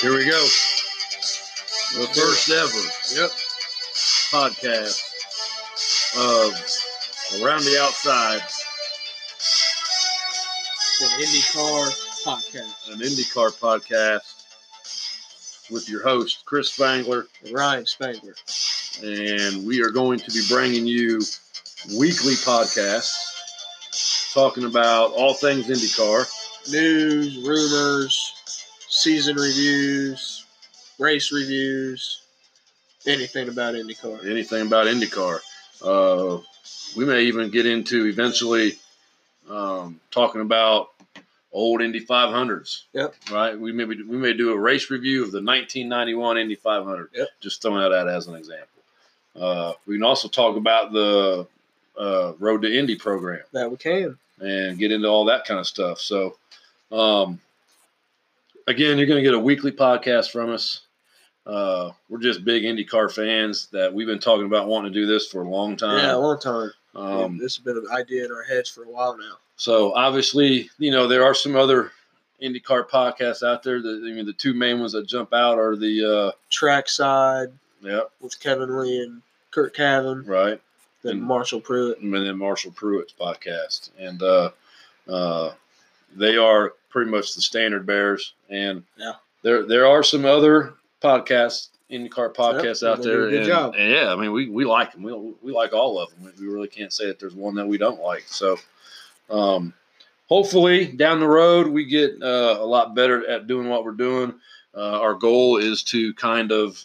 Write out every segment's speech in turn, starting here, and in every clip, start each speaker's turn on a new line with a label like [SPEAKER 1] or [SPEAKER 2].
[SPEAKER 1] Here we go.
[SPEAKER 2] The
[SPEAKER 1] do
[SPEAKER 2] first ever
[SPEAKER 1] Yep.
[SPEAKER 2] podcast of Around the Outside,
[SPEAKER 3] It's an IndyCar podcast.
[SPEAKER 2] an IndyCar podcast with your host, Chris Spangler.
[SPEAKER 3] Ryan Spangler.
[SPEAKER 2] and we are going to be bringing you weekly podcasts talking about all things IndyCar.
[SPEAKER 3] News, rumors, season reviews, race reviews, anything about IndyCar.
[SPEAKER 2] anything about IndyCar. Uh, we may even get into eventually um, talking about old Indy 500s.
[SPEAKER 3] Yep.
[SPEAKER 2] Right. We may be, we may do a race review of the 1991 Indy 500.
[SPEAKER 3] Yep.
[SPEAKER 2] Just throwing that out as an example. Uh, we can also talk about the uh, Road to Indy program
[SPEAKER 3] That we can.
[SPEAKER 2] and get into all that kind of stuff. So, um, again, you're going to get a weekly podcast from us. Uh, we're just big IndyCar fans that we've been talking about wanting to do this for a long
[SPEAKER 3] yeah, a
[SPEAKER 2] time.
[SPEAKER 3] long time.
[SPEAKER 2] Uh, Um,
[SPEAKER 3] this has been an idea in our heads for a while now.
[SPEAKER 2] so obviously, you know, there are some other IndyCar podcasts out there. That, I mean, the two main ones that jump out are the, uh,
[SPEAKER 3] Trackside
[SPEAKER 2] yeah,
[SPEAKER 3] with Kevin Lee and Kurt Cavan,
[SPEAKER 2] right.
[SPEAKER 3] then
[SPEAKER 2] And-
[SPEAKER 3] Marshall Pruitt.
[SPEAKER 2] and then Marshall Pruitt's podcast, and uh, uh, they are pretty much the standard bearers. And
[SPEAKER 3] Yeah.
[SPEAKER 2] there there are some other podcasts, IndyCar podcasts
[SPEAKER 3] Yep,
[SPEAKER 2] out
[SPEAKER 3] they do a
[SPEAKER 2] there.
[SPEAKER 3] good
[SPEAKER 2] and,
[SPEAKER 3] job.
[SPEAKER 2] and yeah, I mean we we like them. We we like all of them. We- We really can't say that there's one that we don't like. So. Um, Hopefully, down the road, we get uh, a lot better at doing what we're doing. Uh, our goal is to kind of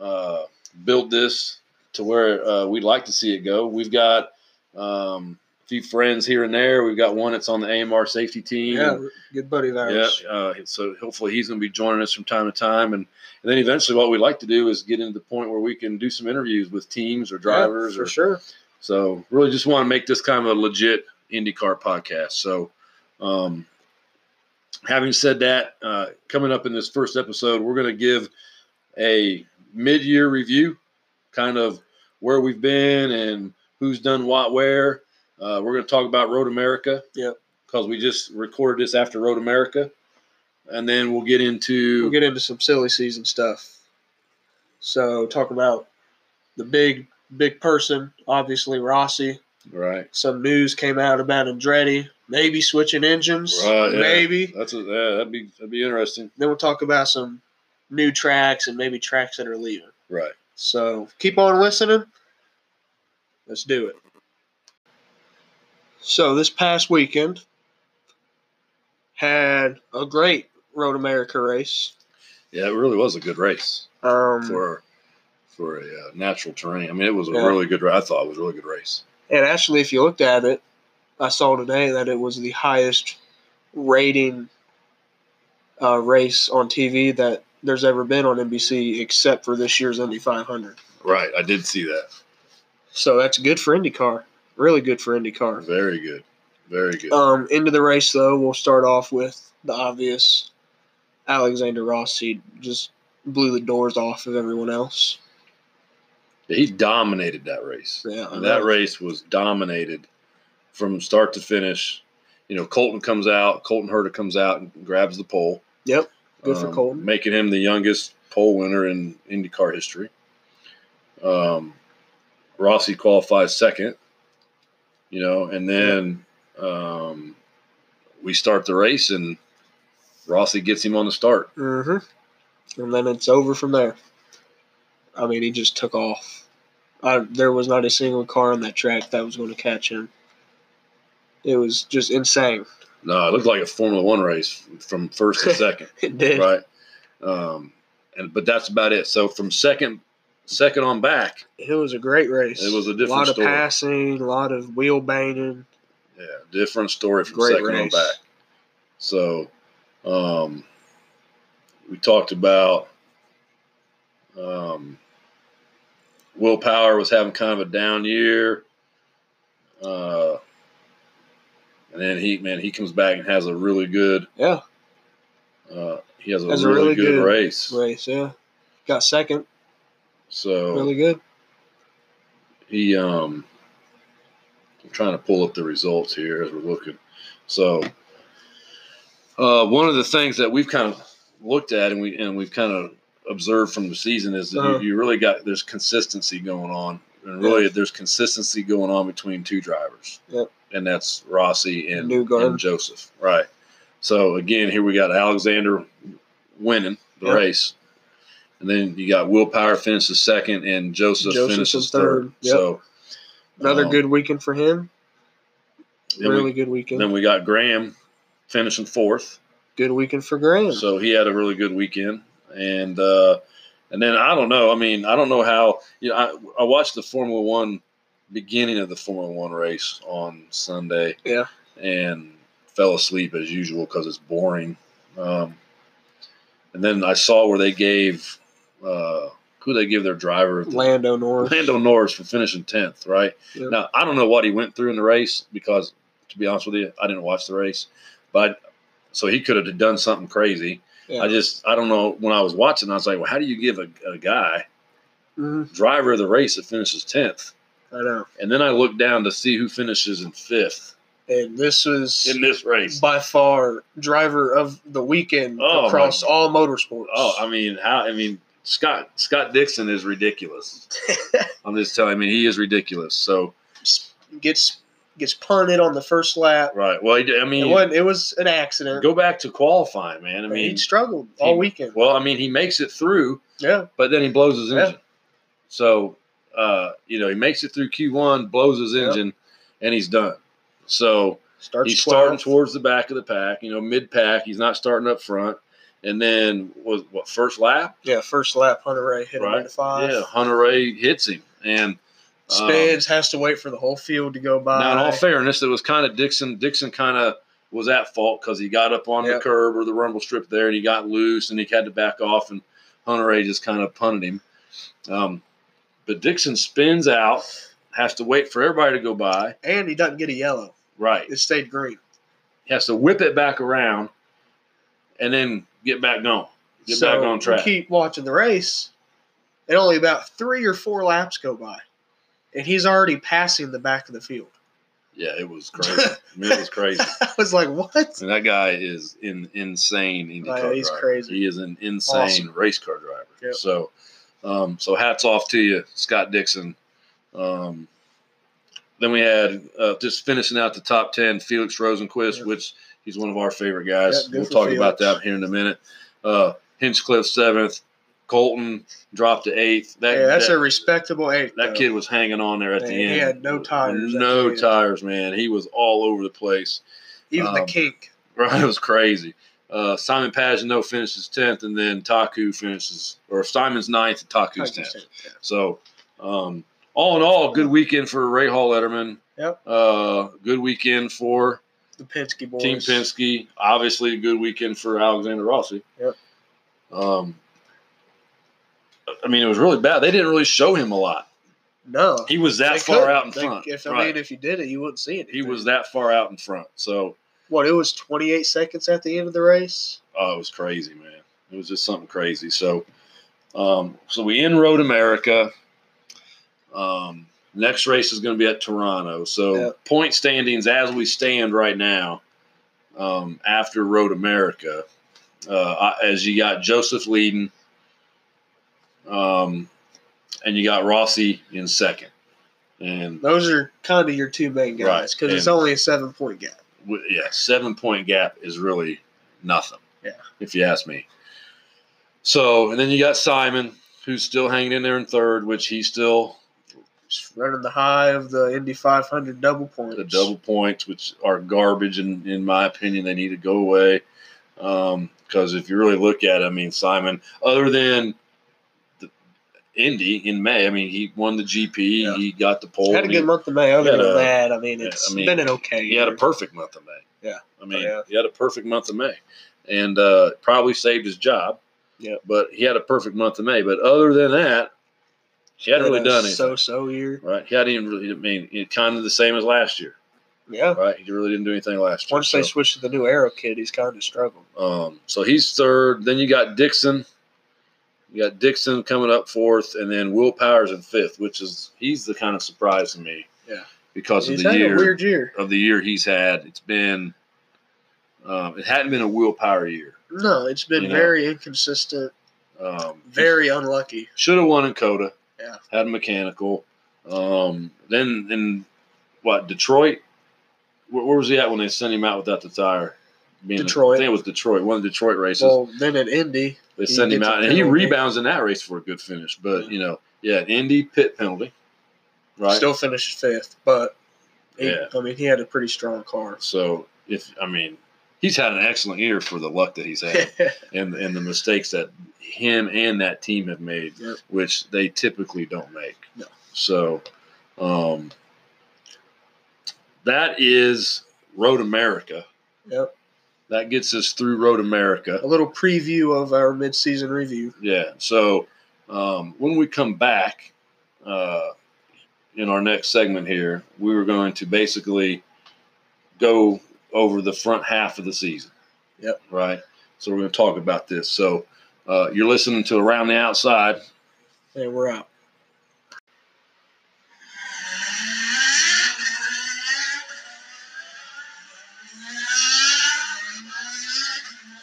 [SPEAKER 2] uh, build this to where uh, we'd like to see it go. We've got um, a few friends here and there. We've got one that's on the AMR safety team.
[SPEAKER 3] Yeah, good buddy of
[SPEAKER 2] Yeah,
[SPEAKER 3] ours.
[SPEAKER 2] uh, so hopefully he's going to be joining us from time to time, and, and then eventually what we'd like to do is get into the point where we can do some interviews with teams or drivers
[SPEAKER 3] Yeah,
[SPEAKER 2] or
[SPEAKER 3] for sure.
[SPEAKER 2] so really just want to make this kind of a legit IndyCar podcast. So um, having said that, uh, coming up in this first episode, we're going to give a mid-year review, kind of where we've been and who's done what where. Uh, we're going to talk about Road America.
[SPEAKER 3] Yep.
[SPEAKER 2] Because we just recorded this after Road America. And then we'll get into
[SPEAKER 3] we'll get into some silly season stuff. So talk about the big big person, obviously Rossi.
[SPEAKER 2] right.
[SPEAKER 3] Some news came out about Andretti, maybe switching engines,
[SPEAKER 2] Right, yeah.
[SPEAKER 3] maybe.
[SPEAKER 2] That's a, yeah, that'd be that'd be interesting.
[SPEAKER 3] Then we'll talk about some new tracks and maybe tracks that are leaving.
[SPEAKER 2] Right.
[SPEAKER 3] So keep on listening. Let's do it. So this past weekend had a great Road America race.
[SPEAKER 2] Yeah, it really was a good race.
[SPEAKER 3] Um,
[SPEAKER 2] for for a uh, natural terrain. I mean, it was a
[SPEAKER 3] Yeah.
[SPEAKER 2] really good. ra- I thought it was a really good race.
[SPEAKER 3] And actually, if you looked at it, I saw today that it was the highest rating uh, race on TV that there's ever been on NBC, except for this year's Indy 500.
[SPEAKER 2] Right, I did see that.
[SPEAKER 3] So that's good for IndyCar. Really good for IndyCar.
[SPEAKER 2] Very good, very good.
[SPEAKER 3] Um, into the race, though, we'll start off with the obvious Alexander Rossi just blew the doors off of everyone else.
[SPEAKER 2] he dominated that race.
[SPEAKER 3] Yeah,
[SPEAKER 2] And that race was dominated from start to finish. You know, Colton comes out. Colton Herta comes out and grabs the pole.
[SPEAKER 3] Yep, good for Colton.
[SPEAKER 2] Um, making him the youngest pole winner in IndyCar history. Um, Rossi qualifies second, you know, and then um, we start the race, and Rossi gets him on the start.
[SPEAKER 3] Mm-hmm. And then it's over from there. I mean, he just took off. I, there was not a single car on that track that was going to catch him. It was just insane.
[SPEAKER 2] No, it looked like a Formula One race from first to second,
[SPEAKER 3] It did.
[SPEAKER 2] right? Um, and but that's about it. So from second, second on back,
[SPEAKER 3] It was a great race.
[SPEAKER 2] It was a
[SPEAKER 3] A lot
[SPEAKER 2] different
[SPEAKER 3] of
[SPEAKER 2] story.
[SPEAKER 3] passing, a lot of wheel banging.
[SPEAKER 2] Yeah, different story from
[SPEAKER 3] Great
[SPEAKER 2] second on
[SPEAKER 3] race.
[SPEAKER 2] back. So, um, we talked about um, Will Power was having kind of a down year, uh, and then he man he comes back and has a really good
[SPEAKER 3] Yeah,
[SPEAKER 2] uh, he has a,
[SPEAKER 3] Has
[SPEAKER 2] really, good, race.
[SPEAKER 3] race. Yeah, got second.
[SPEAKER 2] So
[SPEAKER 3] Really good.
[SPEAKER 2] he um I'm trying to pull up the results here as we're looking. So uh one of the things that we've kind of looked at and we and we've kind of observed from the season is that
[SPEAKER 3] Uh-huh.
[SPEAKER 2] you, you really got there's consistency going on, and really there's consistency going on between two drivers,
[SPEAKER 3] Yep.
[SPEAKER 2] and that's Rossi and,
[SPEAKER 3] Newgarden.
[SPEAKER 2] and Joseph, right? So again, here we got Alexander winning the
[SPEAKER 3] Yep.
[SPEAKER 2] race, and then you got Willpower finishes second, and Joseph,
[SPEAKER 3] Joseph's
[SPEAKER 2] finishes
[SPEAKER 3] in
[SPEAKER 2] third.
[SPEAKER 3] third. Yep.
[SPEAKER 2] So
[SPEAKER 3] Another
[SPEAKER 2] um,
[SPEAKER 3] good weekend for him.
[SPEAKER 2] then we-
[SPEAKER 3] Really good weekend.
[SPEAKER 2] Then we got Graham finishing fourth,
[SPEAKER 3] good weekend for Graham.
[SPEAKER 2] so he had a really good weekend. And uh, and then I don't know. I mean, I don't know how. You know, I, I watched the Formula One beginning of the Formula One race on Sunday.
[SPEAKER 3] Yeah.
[SPEAKER 2] and fell asleep as usual because it's boring. Um, and then I saw where they gave uh, who they give their driver of the
[SPEAKER 3] Lando Norris.
[SPEAKER 2] Lando Norris for finishing tenth, right?
[SPEAKER 3] Yeah.
[SPEAKER 2] Now I don't know what he went through in the race because, to be honest with you, I didn't watch the race, but so he could have done something crazy.
[SPEAKER 3] Yeah.
[SPEAKER 2] I just I don't know. When I was watching, I was like, well, how do you give a, a guy
[SPEAKER 3] Mhm.
[SPEAKER 2] driver of the race that finishes tenth?
[SPEAKER 3] I know.
[SPEAKER 2] And then I looked down to see who finishes in fifth
[SPEAKER 3] And this was
[SPEAKER 2] in this race.
[SPEAKER 3] by far driver of the weekend
[SPEAKER 2] Oh,
[SPEAKER 3] across
[SPEAKER 2] my-
[SPEAKER 3] all motorsports.
[SPEAKER 2] Oh, I mean, how? I mean, Scott Scott Dixon is ridiculous. I'm just telling. you, I mean, he is ridiculous. So
[SPEAKER 3] gets gets punted on the first lap.
[SPEAKER 2] right. Well, he did- I mean,
[SPEAKER 3] It wasn't. It was an accident.
[SPEAKER 2] go back to qualifying, man. I
[SPEAKER 3] I mean,
[SPEAKER 2] mean,
[SPEAKER 3] he struggled all
[SPEAKER 2] he-
[SPEAKER 3] weekend.
[SPEAKER 2] Well, I mean, he makes it through,
[SPEAKER 3] yeah,
[SPEAKER 2] but then he blows his
[SPEAKER 3] Yeah.
[SPEAKER 2] engine. So, uh, you know, he makes it through Q1, blows his
[SPEAKER 3] Yeah.
[SPEAKER 2] engine, and he's done. So
[SPEAKER 3] starts
[SPEAKER 2] he's
[SPEAKER 3] 12.
[SPEAKER 2] starting towards the back of the pack, you know, mid pack. He's not starting up front. And then was what first lap?
[SPEAKER 3] Yeah, first lap, Hunter Ray hit him
[SPEAKER 2] Right.
[SPEAKER 3] into five.
[SPEAKER 2] Yeah, Hunter Ray hits him, and um,
[SPEAKER 3] Spins has to wait for the whole field to go by.
[SPEAKER 2] Now, in all fairness, it was kind of Dixon. Dixon kind of was at fault because he got up on the
[SPEAKER 3] Yep.
[SPEAKER 2] curb or the rumble strip there, and he got loose, and he had to back off, and Hunter A just kind of punted him. Um, but Dixon spins out, has to wait for everybody to go by.
[SPEAKER 3] and he doesn't get a yellow.
[SPEAKER 2] Right,
[SPEAKER 3] It stayed green.
[SPEAKER 2] he has to whip it back around, and then get back going, get
[SPEAKER 3] so
[SPEAKER 2] back on track.
[SPEAKER 3] You keep watching the race, and only about three or four laps go by, and he's already passing the back of the field.
[SPEAKER 2] yeah, it was crazy. I mean, it was crazy.
[SPEAKER 3] I was like, what?
[SPEAKER 2] And that guy is in insane IndyCar
[SPEAKER 3] Oh, yeah, he's
[SPEAKER 2] driver.
[SPEAKER 3] crazy.
[SPEAKER 2] He is an insane
[SPEAKER 3] Awesome.
[SPEAKER 2] race car driver.
[SPEAKER 3] Yep.
[SPEAKER 2] So, um, so hats off to you, Scott Dixon. Um, then we had uh, just finishing out the top ten, Felix Rosenquist,
[SPEAKER 3] Yeah.
[SPEAKER 2] which he's one of our favorite guys.
[SPEAKER 3] Yeah, good
[SPEAKER 2] we'll
[SPEAKER 3] for
[SPEAKER 2] talk about
[SPEAKER 3] Felix.
[SPEAKER 2] that here in a minute. Uh, Hinchcliffe seventh, Colton dropped to eighth. That,
[SPEAKER 3] yeah, that's
[SPEAKER 2] that-
[SPEAKER 3] a respectable eight.
[SPEAKER 2] that
[SPEAKER 3] though.
[SPEAKER 2] kid was hanging on there at
[SPEAKER 3] Man,
[SPEAKER 2] the
[SPEAKER 3] he
[SPEAKER 2] end.
[SPEAKER 3] had no tires at
[SPEAKER 2] No
[SPEAKER 3] the end.
[SPEAKER 2] tires, man. He was all over the place.
[SPEAKER 3] Even the
[SPEAKER 2] um,
[SPEAKER 3] kink.
[SPEAKER 2] Right, it was crazy. Uh, Simon Pagino finishes tenth, and then Taku finishes, or Simon's ninth, and Taku's tenth. So, um, all in all, good weekend for Ray Hall Letterman.
[SPEAKER 3] Yep.
[SPEAKER 2] Uh, good weekend for
[SPEAKER 3] The Penske boys.
[SPEAKER 2] Team Penske. Obviously, a good weekend for Alexander Rossi.
[SPEAKER 3] Yep.
[SPEAKER 2] Um, I mean, it was really bad. They didn't really show him a lot.
[SPEAKER 3] No.
[SPEAKER 2] He was that
[SPEAKER 3] They
[SPEAKER 2] far
[SPEAKER 3] couldn't.
[SPEAKER 2] out in
[SPEAKER 3] They-
[SPEAKER 2] front.
[SPEAKER 3] If, I
[SPEAKER 2] right.
[SPEAKER 3] mean, if you did it, you wouldn't see it.
[SPEAKER 2] he was that far out in front. So,
[SPEAKER 3] What, it was 28 seconds at the end of the race?
[SPEAKER 2] Oh, it was crazy, man. It was just something crazy. So, um, so we in Road America. Um, next race is going to be at Toronto. So
[SPEAKER 3] Yep.
[SPEAKER 2] point standings as we stand right now, um, after Road America, uh, I- as you got Joseph leading, um, and you got Rossi in second, and
[SPEAKER 3] Those are kind of your two main
[SPEAKER 2] Right,
[SPEAKER 3] guys because it's
[SPEAKER 2] and-
[SPEAKER 3] only a seven point gap.
[SPEAKER 2] w- yeah, seven point gap is really nothing.
[SPEAKER 3] Yeah.
[SPEAKER 2] If you ask me. So, and then you got Simon, who's still hanging in there in third, which he's still
[SPEAKER 3] Just running the high of the Indy 500 double points.
[SPEAKER 2] the double points, which are garbage in, in my opinion. They need to go away. Um, because if you really look at it, I mean, Simon, other than the Indy in May, I mean, he won the GP,
[SPEAKER 3] Yeah.
[SPEAKER 2] he got the pole.
[SPEAKER 3] Had a
[SPEAKER 2] and
[SPEAKER 3] good
[SPEAKER 2] he-
[SPEAKER 3] month to May. Other
[SPEAKER 2] had
[SPEAKER 3] than
[SPEAKER 2] a-
[SPEAKER 3] that, I mean,
[SPEAKER 2] yeah,
[SPEAKER 3] it's
[SPEAKER 2] I mean,
[SPEAKER 3] been an okay.
[SPEAKER 2] he had a
[SPEAKER 3] year.
[SPEAKER 2] perfect month of May.
[SPEAKER 3] Yeah. Oh,
[SPEAKER 2] I mean,
[SPEAKER 3] Yeah.
[SPEAKER 2] he had a perfect month of May, and uh, probably saved his job.
[SPEAKER 3] Yeah.
[SPEAKER 2] but he had a perfect month of May. But other than that, he hadn't really
[SPEAKER 3] Had a
[SPEAKER 2] done anything.
[SPEAKER 3] So-so year.
[SPEAKER 2] right, he hadn't even really. I mean, it kind of the same as last year.
[SPEAKER 3] Yeah.
[SPEAKER 2] Right, he really didn't do anything last year.
[SPEAKER 3] Once they
[SPEAKER 2] so,
[SPEAKER 3] switch to the new Arrow kid, he's kind of struggling.
[SPEAKER 2] um, so he's third. Then you got Dixon. You got Dixon coming up fourth, and then Will Powers in fifth, which is he's the kind of surprise to me.
[SPEAKER 3] Yeah.
[SPEAKER 2] because
[SPEAKER 3] He's
[SPEAKER 2] of the
[SPEAKER 3] had
[SPEAKER 2] year
[SPEAKER 3] a weird year.
[SPEAKER 2] of the year he's had. It's been um, it hadn't been a willpower year.
[SPEAKER 3] No, it's been
[SPEAKER 2] You know.
[SPEAKER 3] very inconsistent,
[SPEAKER 2] Um,
[SPEAKER 3] very unlucky.
[SPEAKER 2] should have won in Coda.
[SPEAKER 3] Yeah.
[SPEAKER 2] Had a mechanical. Um, then in what Detroit? Where, where was he at when they sent him out without the tire? Being
[SPEAKER 3] Detroit.
[SPEAKER 2] I think it was Detroit. One of the Detroit races.
[SPEAKER 3] Well, then at Indy,
[SPEAKER 2] they
[SPEAKER 3] he
[SPEAKER 2] sent him
[SPEAKER 3] gets a
[SPEAKER 2] out, and he
[SPEAKER 3] penalty.
[SPEAKER 2] rebounds in that race for a good finish. But you know, yeah, Indy pit penalty. Right.
[SPEAKER 3] still finished fifth, but he,
[SPEAKER 2] Yeah.
[SPEAKER 3] I mean, he had a pretty strong car.
[SPEAKER 2] So if I mean, he's had an excellent year for the luck that he's had. and and the mistakes that him and that team have made,
[SPEAKER 3] Yep.
[SPEAKER 2] which they typically don't make.
[SPEAKER 3] No.
[SPEAKER 2] So, um, that is Road America.
[SPEAKER 3] Yep.
[SPEAKER 2] That gets us through Road America.
[SPEAKER 3] a little preview of our mid-season review.
[SPEAKER 2] Yeah. So um, when we come back uh, in our next segment here, we were going to basically go over the front half of the season.
[SPEAKER 3] Yep.
[SPEAKER 2] Right. So we're going to talk about this. So uh, you're listening to Around the Outside.
[SPEAKER 3] And we're out.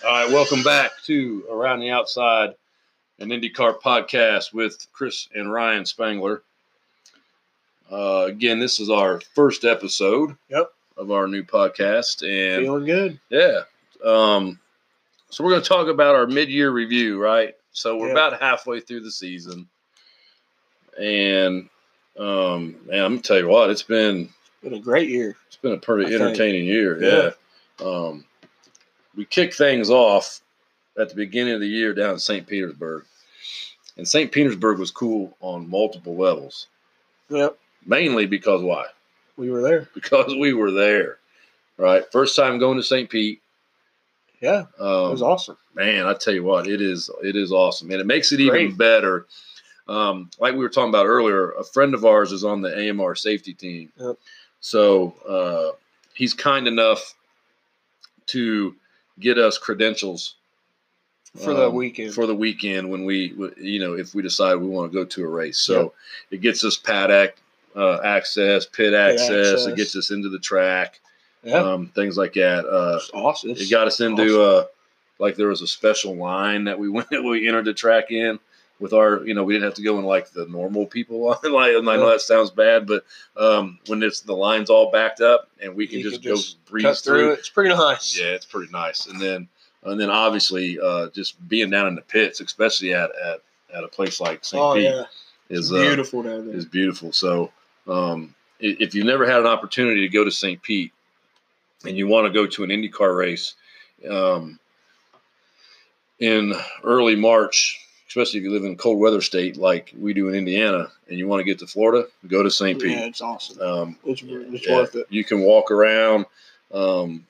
[SPEAKER 2] All right. Welcome back to Around the Outside, an IndyCar podcast with Chris and Ryan Spangler. Uh, again, this is our first episode
[SPEAKER 3] Yep.
[SPEAKER 2] of our new podcast, and
[SPEAKER 3] Feeling good.
[SPEAKER 2] Yeah. Um, so we're going to talk about our mid-year review, right? So we're
[SPEAKER 3] Yeah.
[SPEAKER 2] about halfway through the season, and um, man, I'm gonna tell you what, it's been
[SPEAKER 3] Been a great year.
[SPEAKER 2] it's been a pretty
[SPEAKER 3] I think.
[SPEAKER 2] entertaining year. Yeah. Um, we kick things off at the beginning of the year down in St. Petersburg, and St. Petersburg was cool on multiple levels,
[SPEAKER 3] Yep.
[SPEAKER 2] mainly because why?
[SPEAKER 3] We were there.
[SPEAKER 2] Because we were there, right? First time going to St. Pete.
[SPEAKER 3] Yeah. It
[SPEAKER 2] Um,
[SPEAKER 3] was awesome.
[SPEAKER 2] man, I tell you what, it is it is awesome, and it makes it even
[SPEAKER 3] Great.
[SPEAKER 2] better. Um, like we were talking about earlier, a friend of ours is on the AMR safety team,
[SPEAKER 3] Yep.
[SPEAKER 2] so uh, he's kind enough to get us credentials
[SPEAKER 3] For the
[SPEAKER 2] um,
[SPEAKER 3] weekend.
[SPEAKER 2] for the weekend when we, w- you know, if we decide we want to go to a race. So it gets us paddock uh, access, pit access,
[SPEAKER 3] access.
[SPEAKER 2] it gets us into the track,
[SPEAKER 3] yeah.
[SPEAKER 2] um, things like that. Uh,
[SPEAKER 3] it's awesome.
[SPEAKER 2] it
[SPEAKER 3] It's-
[SPEAKER 2] got us into uh like there was a special line that we went we entered the track in with our you know we didn't have to go in like the normal people line like and I know that sounds bad but um when it's the line's all backed up and we can
[SPEAKER 3] You
[SPEAKER 2] just
[SPEAKER 3] can
[SPEAKER 2] go
[SPEAKER 3] just
[SPEAKER 2] breeze
[SPEAKER 3] cut
[SPEAKER 2] through,
[SPEAKER 3] through it. It's pretty nice.
[SPEAKER 2] yeah it's pretty nice and then and then obviously uh just being down in the pits especially at at, at a place like St.
[SPEAKER 3] Oh
[SPEAKER 2] Pete
[SPEAKER 3] yeah.
[SPEAKER 2] is uh,
[SPEAKER 3] Beautiful down there.
[SPEAKER 2] is beautiful. So, um, i- if you've never had an opportunity to go to St. Pete and you want to go to an IndyCar race um, in early March, especially if you live in a cold weather state like we do in Indiana, and you want to get to Florida, go to St.
[SPEAKER 3] Yeah,
[SPEAKER 2] Pete.
[SPEAKER 3] it's awesome.
[SPEAKER 2] Um,
[SPEAKER 3] It's, it's
[SPEAKER 2] yeah,
[SPEAKER 3] worth it.
[SPEAKER 2] You can walk around um,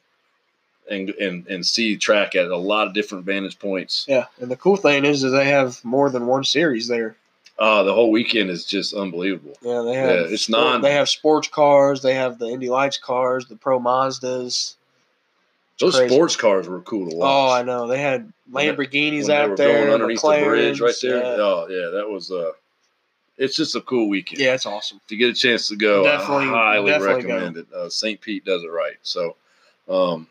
[SPEAKER 2] and, and and see track at a lot of different vantage points.
[SPEAKER 3] Yeah, and the cool thing is, is they have more than one series there.
[SPEAKER 2] Uh, the whole weekend is just unbelievable.
[SPEAKER 3] Yeah, they
[SPEAKER 2] Yeah,
[SPEAKER 3] have.
[SPEAKER 2] it's
[SPEAKER 3] sport-
[SPEAKER 2] non-
[SPEAKER 3] They have sports cars. They have the Indy Lights cars, the Pro Mazdas.
[SPEAKER 2] Those
[SPEAKER 3] crazy.
[SPEAKER 2] sports cars were cool to watch.
[SPEAKER 3] Oh, I know. They had
[SPEAKER 2] When they-
[SPEAKER 3] Lamborghinis
[SPEAKER 2] when they
[SPEAKER 3] out
[SPEAKER 2] were
[SPEAKER 3] there,
[SPEAKER 2] going underneath the bridge right
[SPEAKER 3] McLarens,
[SPEAKER 2] there.
[SPEAKER 3] Yeah,
[SPEAKER 2] Oh yeah, that was uh it's just a cool weekend.
[SPEAKER 3] Yeah, it's awesome.
[SPEAKER 2] If you get a chance to go,
[SPEAKER 3] Definitely-
[SPEAKER 2] I highly
[SPEAKER 3] definitely go.
[SPEAKER 2] recommend it. Uh, St. Pete does it right. So um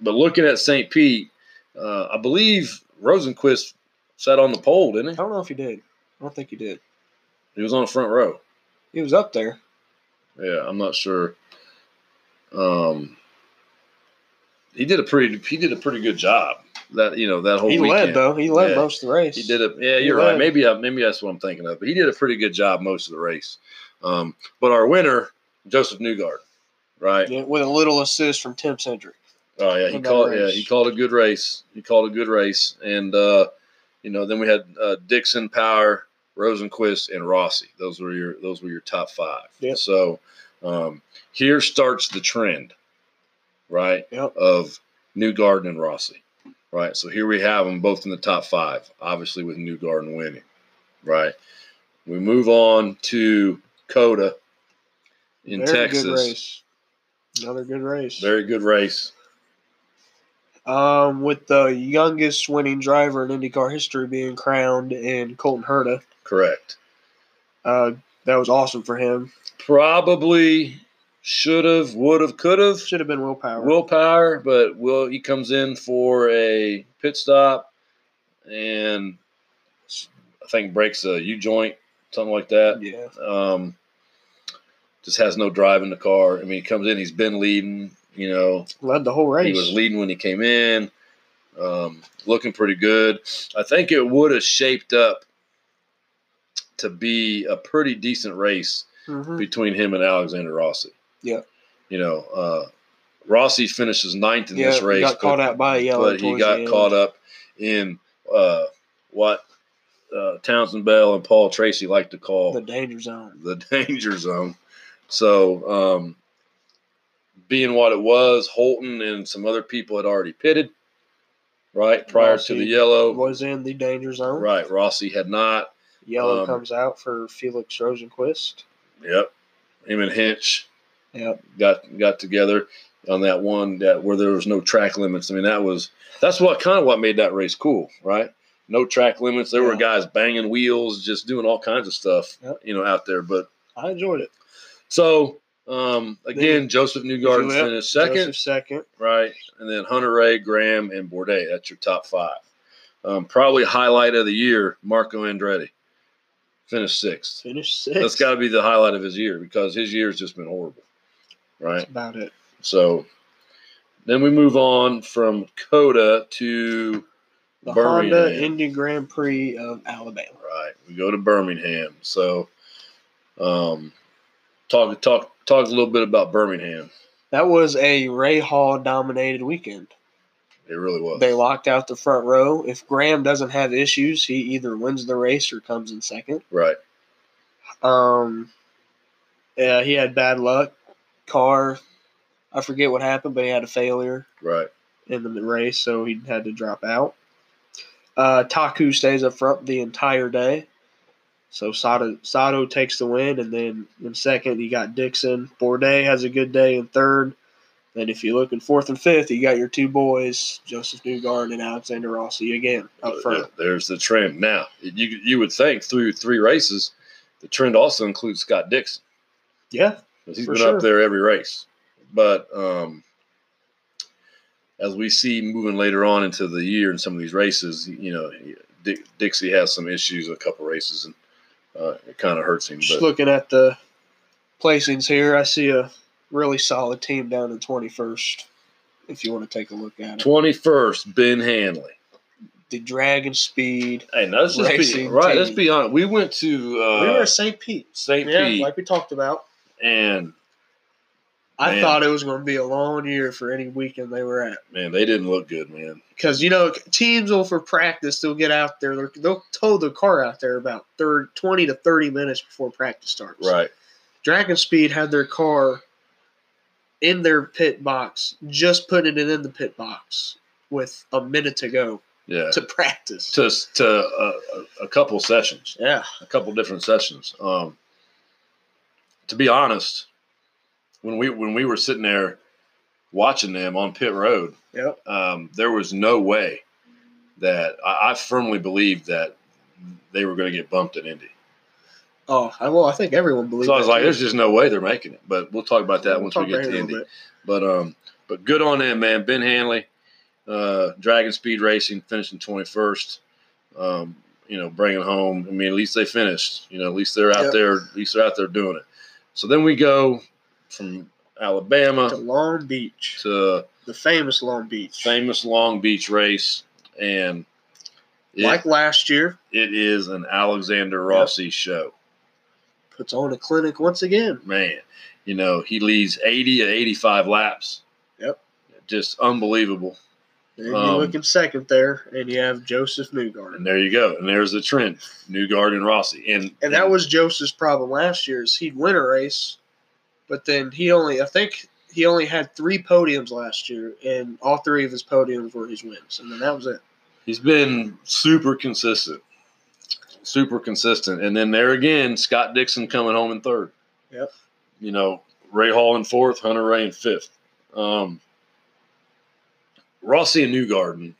[SPEAKER 2] but looking at St. Pete, uh, I believe Rosenquist sat on the pole,
[SPEAKER 3] I
[SPEAKER 2] didn't he?
[SPEAKER 3] don't know if you did. I don't think you did.
[SPEAKER 2] He was on the front row.
[SPEAKER 3] He was up there.
[SPEAKER 2] Yeah, I'm not sure. Um he did a pretty he did a pretty good job. That you know, that whole
[SPEAKER 3] he
[SPEAKER 2] weekend.
[SPEAKER 3] led though. He
[SPEAKER 2] Oh,
[SPEAKER 3] led
[SPEAKER 2] Yeah.
[SPEAKER 3] most of the race.
[SPEAKER 2] He did a yeah,
[SPEAKER 3] He
[SPEAKER 2] you're right.
[SPEAKER 3] led.
[SPEAKER 2] Maybe I, maybe that's what I'm thinking of. But he did a pretty good job most of the race. Um, but our winner, Joseph Newgard, right?
[SPEAKER 3] Yeah, with a little assist from Tim Cedric.
[SPEAKER 2] Oh yeah, he
[SPEAKER 3] Another
[SPEAKER 2] called yeah
[SPEAKER 3] race.
[SPEAKER 2] he called a good race. He called a good race, and uh, you know then we had uh, Dixon, Power, Rosenquist, and Rossi. Those were your those were your top five.
[SPEAKER 3] Yep.
[SPEAKER 2] So um, here starts the trend, right?
[SPEAKER 3] Yep.
[SPEAKER 2] Of New Garden and Rossi, right? So here we have them both in the top five, obviously with New Garden winning, right? We move on to Coda in
[SPEAKER 3] Very
[SPEAKER 2] Texas.
[SPEAKER 3] Good race. Another good race.
[SPEAKER 2] Very good race.
[SPEAKER 3] um, with the youngest winning driver in IndyCar history being crowned in Colton Herta.
[SPEAKER 2] Correct.
[SPEAKER 3] Uh, that was awesome for him.
[SPEAKER 2] probably should have, would have, could have.
[SPEAKER 3] Should have been willpower.
[SPEAKER 2] Willpower, but Will he comes in for a pit stop and I think breaks a U joint, something like that.
[SPEAKER 3] yeah.
[SPEAKER 2] Um, just has no drive in the car. I mean, he comes in, he's been leading. You know,
[SPEAKER 3] Led the whole race.
[SPEAKER 2] he was leading when he came in, um, looking pretty good. I think it would have shaped up to be a pretty decent race
[SPEAKER 3] Mhm.
[SPEAKER 2] between him and Alexander Rossi.
[SPEAKER 3] Yeah.
[SPEAKER 2] You know, uh, Rossi finishes ninth in
[SPEAKER 3] yeah,
[SPEAKER 2] this
[SPEAKER 3] he
[SPEAKER 2] race,
[SPEAKER 3] got caught
[SPEAKER 2] but,
[SPEAKER 3] out by a yellow.
[SPEAKER 2] but he
[SPEAKER 3] towards the
[SPEAKER 2] got
[SPEAKER 3] end.
[SPEAKER 2] caught up in uh, what uh, Townsend Bell and Paul Tracy like to call
[SPEAKER 3] the danger zone.
[SPEAKER 2] the danger zone. So, um, being what it was, Holton and some other people had already pitted, right, prior to the
[SPEAKER 3] Rossi
[SPEAKER 2] yellow.
[SPEAKER 3] Was in the danger zone.
[SPEAKER 2] Oh. Right, Rossi had not.
[SPEAKER 3] Yellow
[SPEAKER 2] Um,
[SPEAKER 3] comes out for Felix Rosenquist.
[SPEAKER 2] Yep. Him and Hinch
[SPEAKER 3] Yep.
[SPEAKER 2] got got together on that one that where there was no track limits. I mean, that was that's what kind of what made that race cool, right? No track limits. There were
[SPEAKER 3] Yeah.
[SPEAKER 2] guys banging wheels, just doing all kinds of stuff,
[SPEAKER 3] Yep.
[SPEAKER 2] you know, out there. But
[SPEAKER 3] I enjoyed it.
[SPEAKER 2] so um, again,
[SPEAKER 3] Then-
[SPEAKER 2] Joseph Newgarden
[SPEAKER 3] Yep.
[SPEAKER 2] finished second.
[SPEAKER 3] Joseph second.
[SPEAKER 2] right? And then Hunter Ray, Graham, and Bourdais. That's your top five. Um, probably highlight of the year, Marco Andretti finished sixth.
[SPEAKER 3] Finished 6th
[SPEAKER 2] That's got to be the highlight of his year because his year's just been horrible, right?
[SPEAKER 3] That's about it.
[SPEAKER 2] So then we move on from Coda to
[SPEAKER 3] The
[SPEAKER 2] Birmingham.
[SPEAKER 3] Honda Indian Grand Prix of Alabama.
[SPEAKER 2] Right. We go to Birmingham. So um, talk talk talk a little bit about Birmingham.
[SPEAKER 3] That was a Ray Hall dominated weekend.
[SPEAKER 2] It really was.
[SPEAKER 3] They locked out the front row. If Graham doesn't have issues, he either wins the race or comes in second.
[SPEAKER 2] right.
[SPEAKER 3] Um, yeah, he had bad luck. Car, I forget what happened, but he had a failure
[SPEAKER 2] Right.
[SPEAKER 3] in the race, so he had to drop out. Uh, Taku stays up front the entire day. So Sato, Sato takes the win, and then in second, you got Dixon. Bourdais has a good day in third. Then if you look in fourth and fifth, you got your two boys, Joseph Newgarden and Alexander Rossi, again up front.
[SPEAKER 2] There's the trend. Now, you you would think through three races, the trend also includes Scott Dixon
[SPEAKER 3] Yeah,
[SPEAKER 2] 'cause he's
[SPEAKER 3] For
[SPEAKER 2] been
[SPEAKER 3] sure.
[SPEAKER 2] up there every race. But um, as we see moving later on into the year in some of these races, you know, Di- Dixie has some issues a couple races and uh, it kind of hurts him.
[SPEAKER 3] just
[SPEAKER 2] But
[SPEAKER 3] looking at the placings here, I see a really solid team down in 21st. If you want to take a look at it,
[SPEAKER 2] 21st, Ben Hanley.
[SPEAKER 3] the Dragon Speed.
[SPEAKER 2] Hey, now let's just be
[SPEAKER 3] Racing
[SPEAKER 2] right. Let's
[SPEAKER 3] team.
[SPEAKER 2] be honest. We went to uh,
[SPEAKER 3] we were at St. Pete.
[SPEAKER 2] St.
[SPEAKER 3] Yeah,
[SPEAKER 2] Pete
[SPEAKER 3] like we talked about.
[SPEAKER 2] and
[SPEAKER 3] I
[SPEAKER 2] Man.
[SPEAKER 3] thought it was going to be a long year for any weekend they were at.
[SPEAKER 2] man, they didn't look good, man.
[SPEAKER 3] Because, you know, teams will, for practice, they'll get out there. they'll- They'll tow the car out there about third, 20 to 30 minutes before practice starts.
[SPEAKER 2] Right.
[SPEAKER 3] Dragon Speed had their car in their pit box, just putting it in the pit box with a minute to go
[SPEAKER 2] Yeah.
[SPEAKER 3] to practice.
[SPEAKER 2] to to uh, a, a couple sessions,
[SPEAKER 3] Yeah.
[SPEAKER 2] a couple different sessions. Um, to be honest, when we when we were sitting there watching them on pit road,
[SPEAKER 3] Yep.
[SPEAKER 2] um, there was no way that I, I firmly believed that they were going to get bumped at Indy.
[SPEAKER 3] Oh, I, well, I think everyone believes.
[SPEAKER 2] So I was
[SPEAKER 3] that,
[SPEAKER 2] like,
[SPEAKER 3] too.
[SPEAKER 2] "There's just no way they're making it." But we'll talk about that
[SPEAKER 3] We'll
[SPEAKER 2] once
[SPEAKER 3] talk
[SPEAKER 2] we get
[SPEAKER 3] about it
[SPEAKER 2] to
[SPEAKER 3] a
[SPEAKER 2] Indy.
[SPEAKER 3] little bit.
[SPEAKER 2] But um, but good on them, man. Ben Hanley, uh, Dragon Speed Racing finishing twenty first. Um, you know, bringing home. I mean, at least they finished. You know, at least they're out
[SPEAKER 3] Yep.
[SPEAKER 2] there. At least they're out there doing it. So then we go from Alabama
[SPEAKER 3] To Long Beach,
[SPEAKER 2] to
[SPEAKER 3] the famous Long Beach.
[SPEAKER 2] famous Long Beach race, and it,
[SPEAKER 3] like last year,
[SPEAKER 2] it is an Alexander Rossi show,
[SPEAKER 3] puts on a clinic once again.
[SPEAKER 2] man. You know, he leads eighty to eighty five laps.
[SPEAKER 3] Yep.
[SPEAKER 2] Just unbelievable.
[SPEAKER 3] And
[SPEAKER 2] Um,
[SPEAKER 3] you look in second there, and you have Joseph Newgarden.
[SPEAKER 2] And there you go. And there's the trend. Newgard and Rossi. And
[SPEAKER 3] And that was Joseph's problem last year is he'd win a race, but then he only I think he only had three podiums last year, and all three of his podiums were his wins, and then that was it.
[SPEAKER 2] he's been super consistent. Super consistent. And then there again, Scott Dixon coming home in third.
[SPEAKER 3] Yep.
[SPEAKER 2] You know, Ray Hall in fourth, Hunter Ray in fifth. Um, Rossi and Newgarden,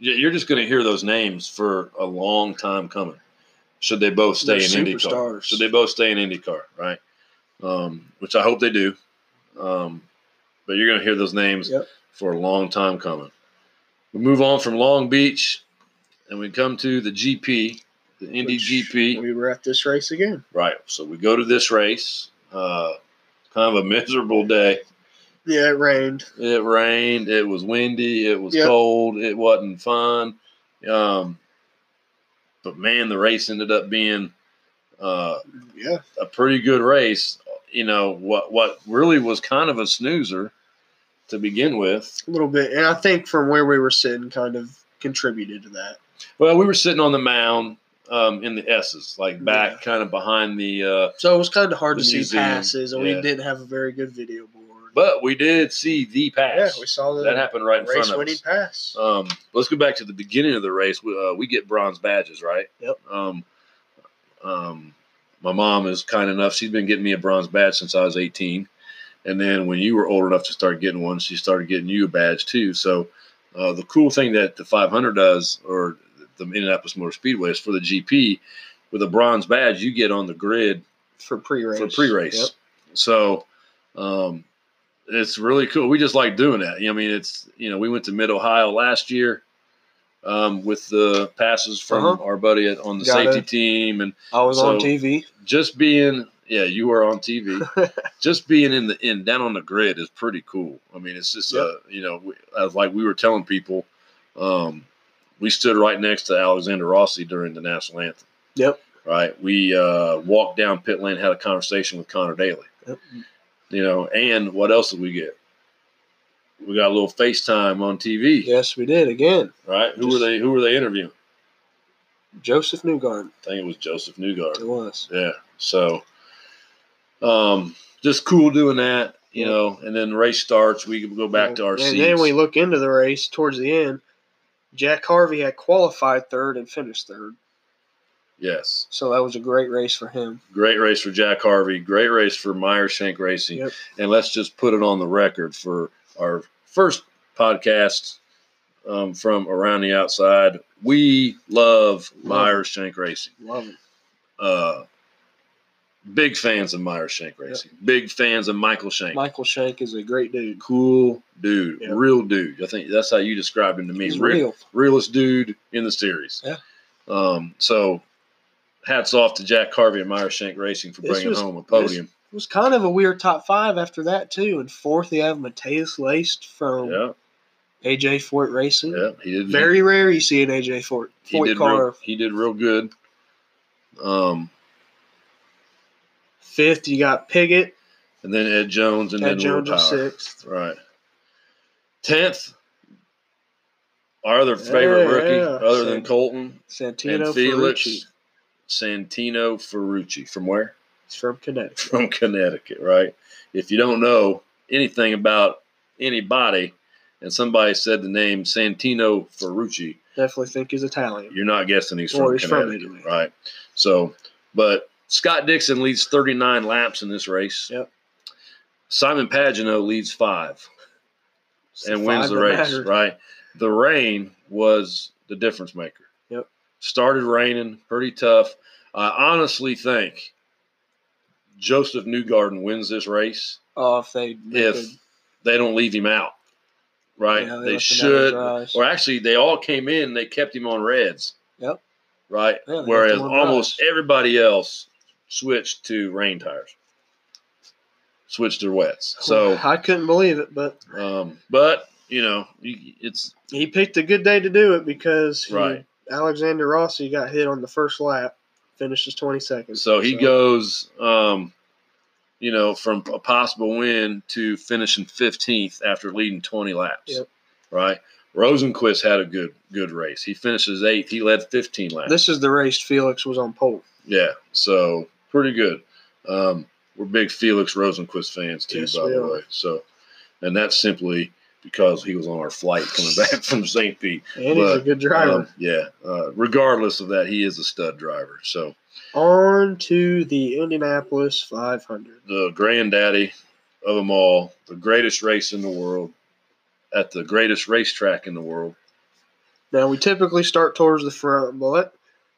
[SPEAKER 2] y- you're just going to hear those names for a long time coming. Should they both stay
[SPEAKER 3] They're
[SPEAKER 2] in IndyCar?
[SPEAKER 3] superstars.
[SPEAKER 2] Should they both stay in IndyCar, right? Um, which I hope they do. Um, but you're going to hear those names
[SPEAKER 3] Yep.
[SPEAKER 2] for a long time coming. We move on from Long Beach, and we come to the GP, the Indy
[SPEAKER 3] Which
[SPEAKER 2] GP.
[SPEAKER 3] We were at this race again.
[SPEAKER 2] Right. So we go to this race. Uh, kind of a miserable day.
[SPEAKER 3] Yeah, it rained.
[SPEAKER 2] It rained. It was windy. It was
[SPEAKER 3] Yep.
[SPEAKER 2] cold. It wasn't fun. Um, but man, the race ended up being uh,
[SPEAKER 3] Yeah,
[SPEAKER 2] a pretty good race. You know what? What really was kind of a snoozer to begin with.
[SPEAKER 3] a little bit. And I think from where we were sitting kind of contributed to that.
[SPEAKER 2] Well, we were sitting on the mound um, in the S's, like back
[SPEAKER 3] Yeah.
[SPEAKER 2] kind of behind the. Uh,
[SPEAKER 3] So it was kind of hard
[SPEAKER 2] The
[SPEAKER 3] to see
[SPEAKER 2] museum,
[SPEAKER 3] passes, and
[SPEAKER 2] yeah.
[SPEAKER 3] we didn't have a very good video board.
[SPEAKER 2] but we did see the
[SPEAKER 3] yeah,
[SPEAKER 2] pass.
[SPEAKER 3] we saw
[SPEAKER 2] that
[SPEAKER 3] the
[SPEAKER 2] happened right in front
[SPEAKER 3] race
[SPEAKER 2] of us.
[SPEAKER 3] winning pass.
[SPEAKER 2] Um, let's go back to the beginning of the race. We, uh, we get bronze badges, right?
[SPEAKER 3] Yep.
[SPEAKER 2] Um, um, my mom is kind enough. She's been getting me a bronze badge since I was 18. And then when you were old enough to start getting one, she started getting you a badge too. So uh, the cool thing that the 500 does, or the Indianapolis Motor Speedway, is for the GP with a bronze badge, you get on the grid
[SPEAKER 3] for pre-race.
[SPEAKER 2] for pre-race.
[SPEAKER 3] Yep.
[SPEAKER 2] So um, it's really cool. We just like doing that. I mean, it's you know we went to Mid Ohio last year um, with the passes from
[SPEAKER 3] Uh-huh.
[SPEAKER 2] our buddy at, on the
[SPEAKER 3] Got
[SPEAKER 2] safety
[SPEAKER 3] it.
[SPEAKER 2] team, and
[SPEAKER 3] I was on
[SPEAKER 2] So-
[SPEAKER 3] TV.
[SPEAKER 2] just being yeah, you were on TV. just being in the in down on the grid is pretty cool. I mean, it's just
[SPEAKER 3] Yep.
[SPEAKER 2] uh, you know we- uh, like we were telling people. Um, we stood right next to Alexander Rossi during the national anthem.
[SPEAKER 3] Yep.
[SPEAKER 2] Right, we uh, walked down pit lane, had a conversation with Connor Daly
[SPEAKER 3] Yep.
[SPEAKER 2] you know, and what else did we get? We got a little FaceTime on TV,
[SPEAKER 3] Yes, we did again.
[SPEAKER 2] right? Who
[SPEAKER 3] Just-
[SPEAKER 2] were they? Who were they interviewing?
[SPEAKER 3] Joseph Newgarden.
[SPEAKER 2] I think it was Joseph
[SPEAKER 3] It
[SPEAKER 2] Newgard.
[SPEAKER 3] was.
[SPEAKER 2] Yeah. So, um, just cool doing that, you
[SPEAKER 3] Yeah.
[SPEAKER 2] know. And then the race starts. We go back to our
[SPEAKER 3] and
[SPEAKER 2] seats.
[SPEAKER 3] then we look into the race towards the end. Jack Harvey had qualified third and finished third,
[SPEAKER 2] yes,
[SPEAKER 3] so that was a great race for him.
[SPEAKER 2] great race for Jack Harvey. Great race for Meyer Shank Racing.
[SPEAKER 3] Yep.
[SPEAKER 2] And let's just put it on the record for our first podcast um, from around the outside. We love
[SPEAKER 3] Love it.
[SPEAKER 2] Meyer Shank Racing.
[SPEAKER 3] Love it.
[SPEAKER 2] uh, big fans of Meyer Shank Racing, big fans of Michael Shank.
[SPEAKER 3] Michael Shank is a great dude.
[SPEAKER 2] Cool dude,
[SPEAKER 3] Yeah.
[SPEAKER 2] real dude. I think that's how you described him to me.
[SPEAKER 3] He's
[SPEAKER 2] Re-
[SPEAKER 3] real.
[SPEAKER 2] Realest dude in the series.
[SPEAKER 3] Yeah.
[SPEAKER 2] Um, so hats off to Jack Harvey and Meyer Shank Racing for
[SPEAKER 3] This
[SPEAKER 2] bringing
[SPEAKER 3] was-
[SPEAKER 2] home a podium.
[SPEAKER 3] It was kind of a weird top five after that too. And fourth, you have Mateus Laced from
[SPEAKER 2] yeah,
[SPEAKER 3] AJ Fort Racing.
[SPEAKER 2] yeah. He did
[SPEAKER 3] Very rare you see an AJ Fort
[SPEAKER 2] he
[SPEAKER 3] Fort
[SPEAKER 2] did
[SPEAKER 3] car.
[SPEAKER 2] real, he did real good. Um,
[SPEAKER 3] Fifth, you got Piggott.
[SPEAKER 2] and then Ed Jones and
[SPEAKER 3] Ted
[SPEAKER 2] then
[SPEAKER 3] Jones
[SPEAKER 2] Willpower.
[SPEAKER 3] was sixth.
[SPEAKER 2] Right. Tenth, our other favorite
[SPEAKER 3] Yeah,
[SPEAKER 2] rookie,
[SPEAKER 3] yeah.
[SPEAKER 2] other than
[SPEAKER 3] Same.
[SPEAKER 2] Colton,
[SPEAKER 3] Santino
[SPEAKER 2] and Felix
[SPEAKER 3] Ferrucci.
[SPEAKER 2] Santino Ferrucci from where?
[SPEAKER 3] He's from Connecticut.
[SPEAKER 2] From Connecticut, right? If you don't know anything about anybody, and somebody said the name Santino Ferrucci,
[SPEAKER 3] Definitely think he's Italian.
[SPEAKER 2] you're not guessing he's
[SPEAKER 3] Or
[SPEAKER 2] from
[SPEAKER 3] he's from
[SPEAKER 2] Connecticut,
[SPEAKER 3] Italy.
[SPEAKER 2] right? So, but Scott Dixon leads 39 laps in this race.
[SPEAKER 3] Yep.
[SPEAKER 2] Simon Pagino leads five
[SPEAKER 3] It's
[SPEAKER 2] and wins
[SPEAKER 3] five
[SPEAKER 2] the
[SPEAKER 3] that
[SPEAKER 2] race,
[SPEAKER 3] matters.
[SPEAKER 2] right? The rain was the difference maker.
[SPEAKER 3] Yep.
[SPEAKER 2] Started raining pretty tough. I honestly think Joseph Newgarden wins this race
[SPEAKER 3] Oh, if they make
[SPEAKER 2] if
[SPEAKER 3] a-
[SPEAKER 2] they don't leave him out, right?
[SPEAKER 3] yeah,
[SPEAKER 2] they
[SPEAKER 3] left
[SPEAKER 2] should.
[SPEAKER 3] another drive.
[SPEAKER 2] Or actually, they all came in, they kept him on reds.
[SPEAKER 3] Yep.
[SPEAKER 2] Right?
[SPEAKER 3] Yeah, they left
[SPEAKER 2] Whereas
[SPEAKER 3] him on drives.
[SPEAKER 2] almost everybody else switched to rain tires, switched their wets. So,
[SPEAKER 3] I couldn't believe it, but
[SPEAKER 2] um, but, you know, you- it's
[SPEAKER 3] he picked a good day to do it because he-
[SPEAKER 2] Right.
[SPEAKER 3] Alexander Rossi got hit on the first lap, finishes twenty second.
[SPEAKER 2] So he goes, um, you know, from a possible win to finishing 15th after leading 20 laps.
[SPEAKER 3] Yep.
[SPEAKER 2] Right. Rosenquist had a good good race. He finishes eighth. He led 15 laps.
[SPEAKER 3] This is the race Felix was on pole.
[SPEAKER 2] yeah. So pretty good. Um, we're big Felix Rosenquist fans too,
[SPEAKER 3] Yes,
[SPEAKER 2] by
[SPEAKER 3] we
[SPEAKER 2] the
[SPEAKER 3] are.
[SPEAKER 2] way. So, and that's simply because he was on our flight coming back from St. Pete.
[SPEAKER 3] And he's a
[SPEAKER 2] But,
[SPEAKER 3] good driver.
[SPEAKER 2] Um, yeah. Uh, regardless of that, he is a stud driver. So,
[SPEAKER 3] on to the Indianapolis five hundred.
[SPEAKER 2] the granddaddy of them all, the greatest race in the world, at the greatest racetrack in the world.
[SPEAKER 3] Now we typically start towards the front, but let,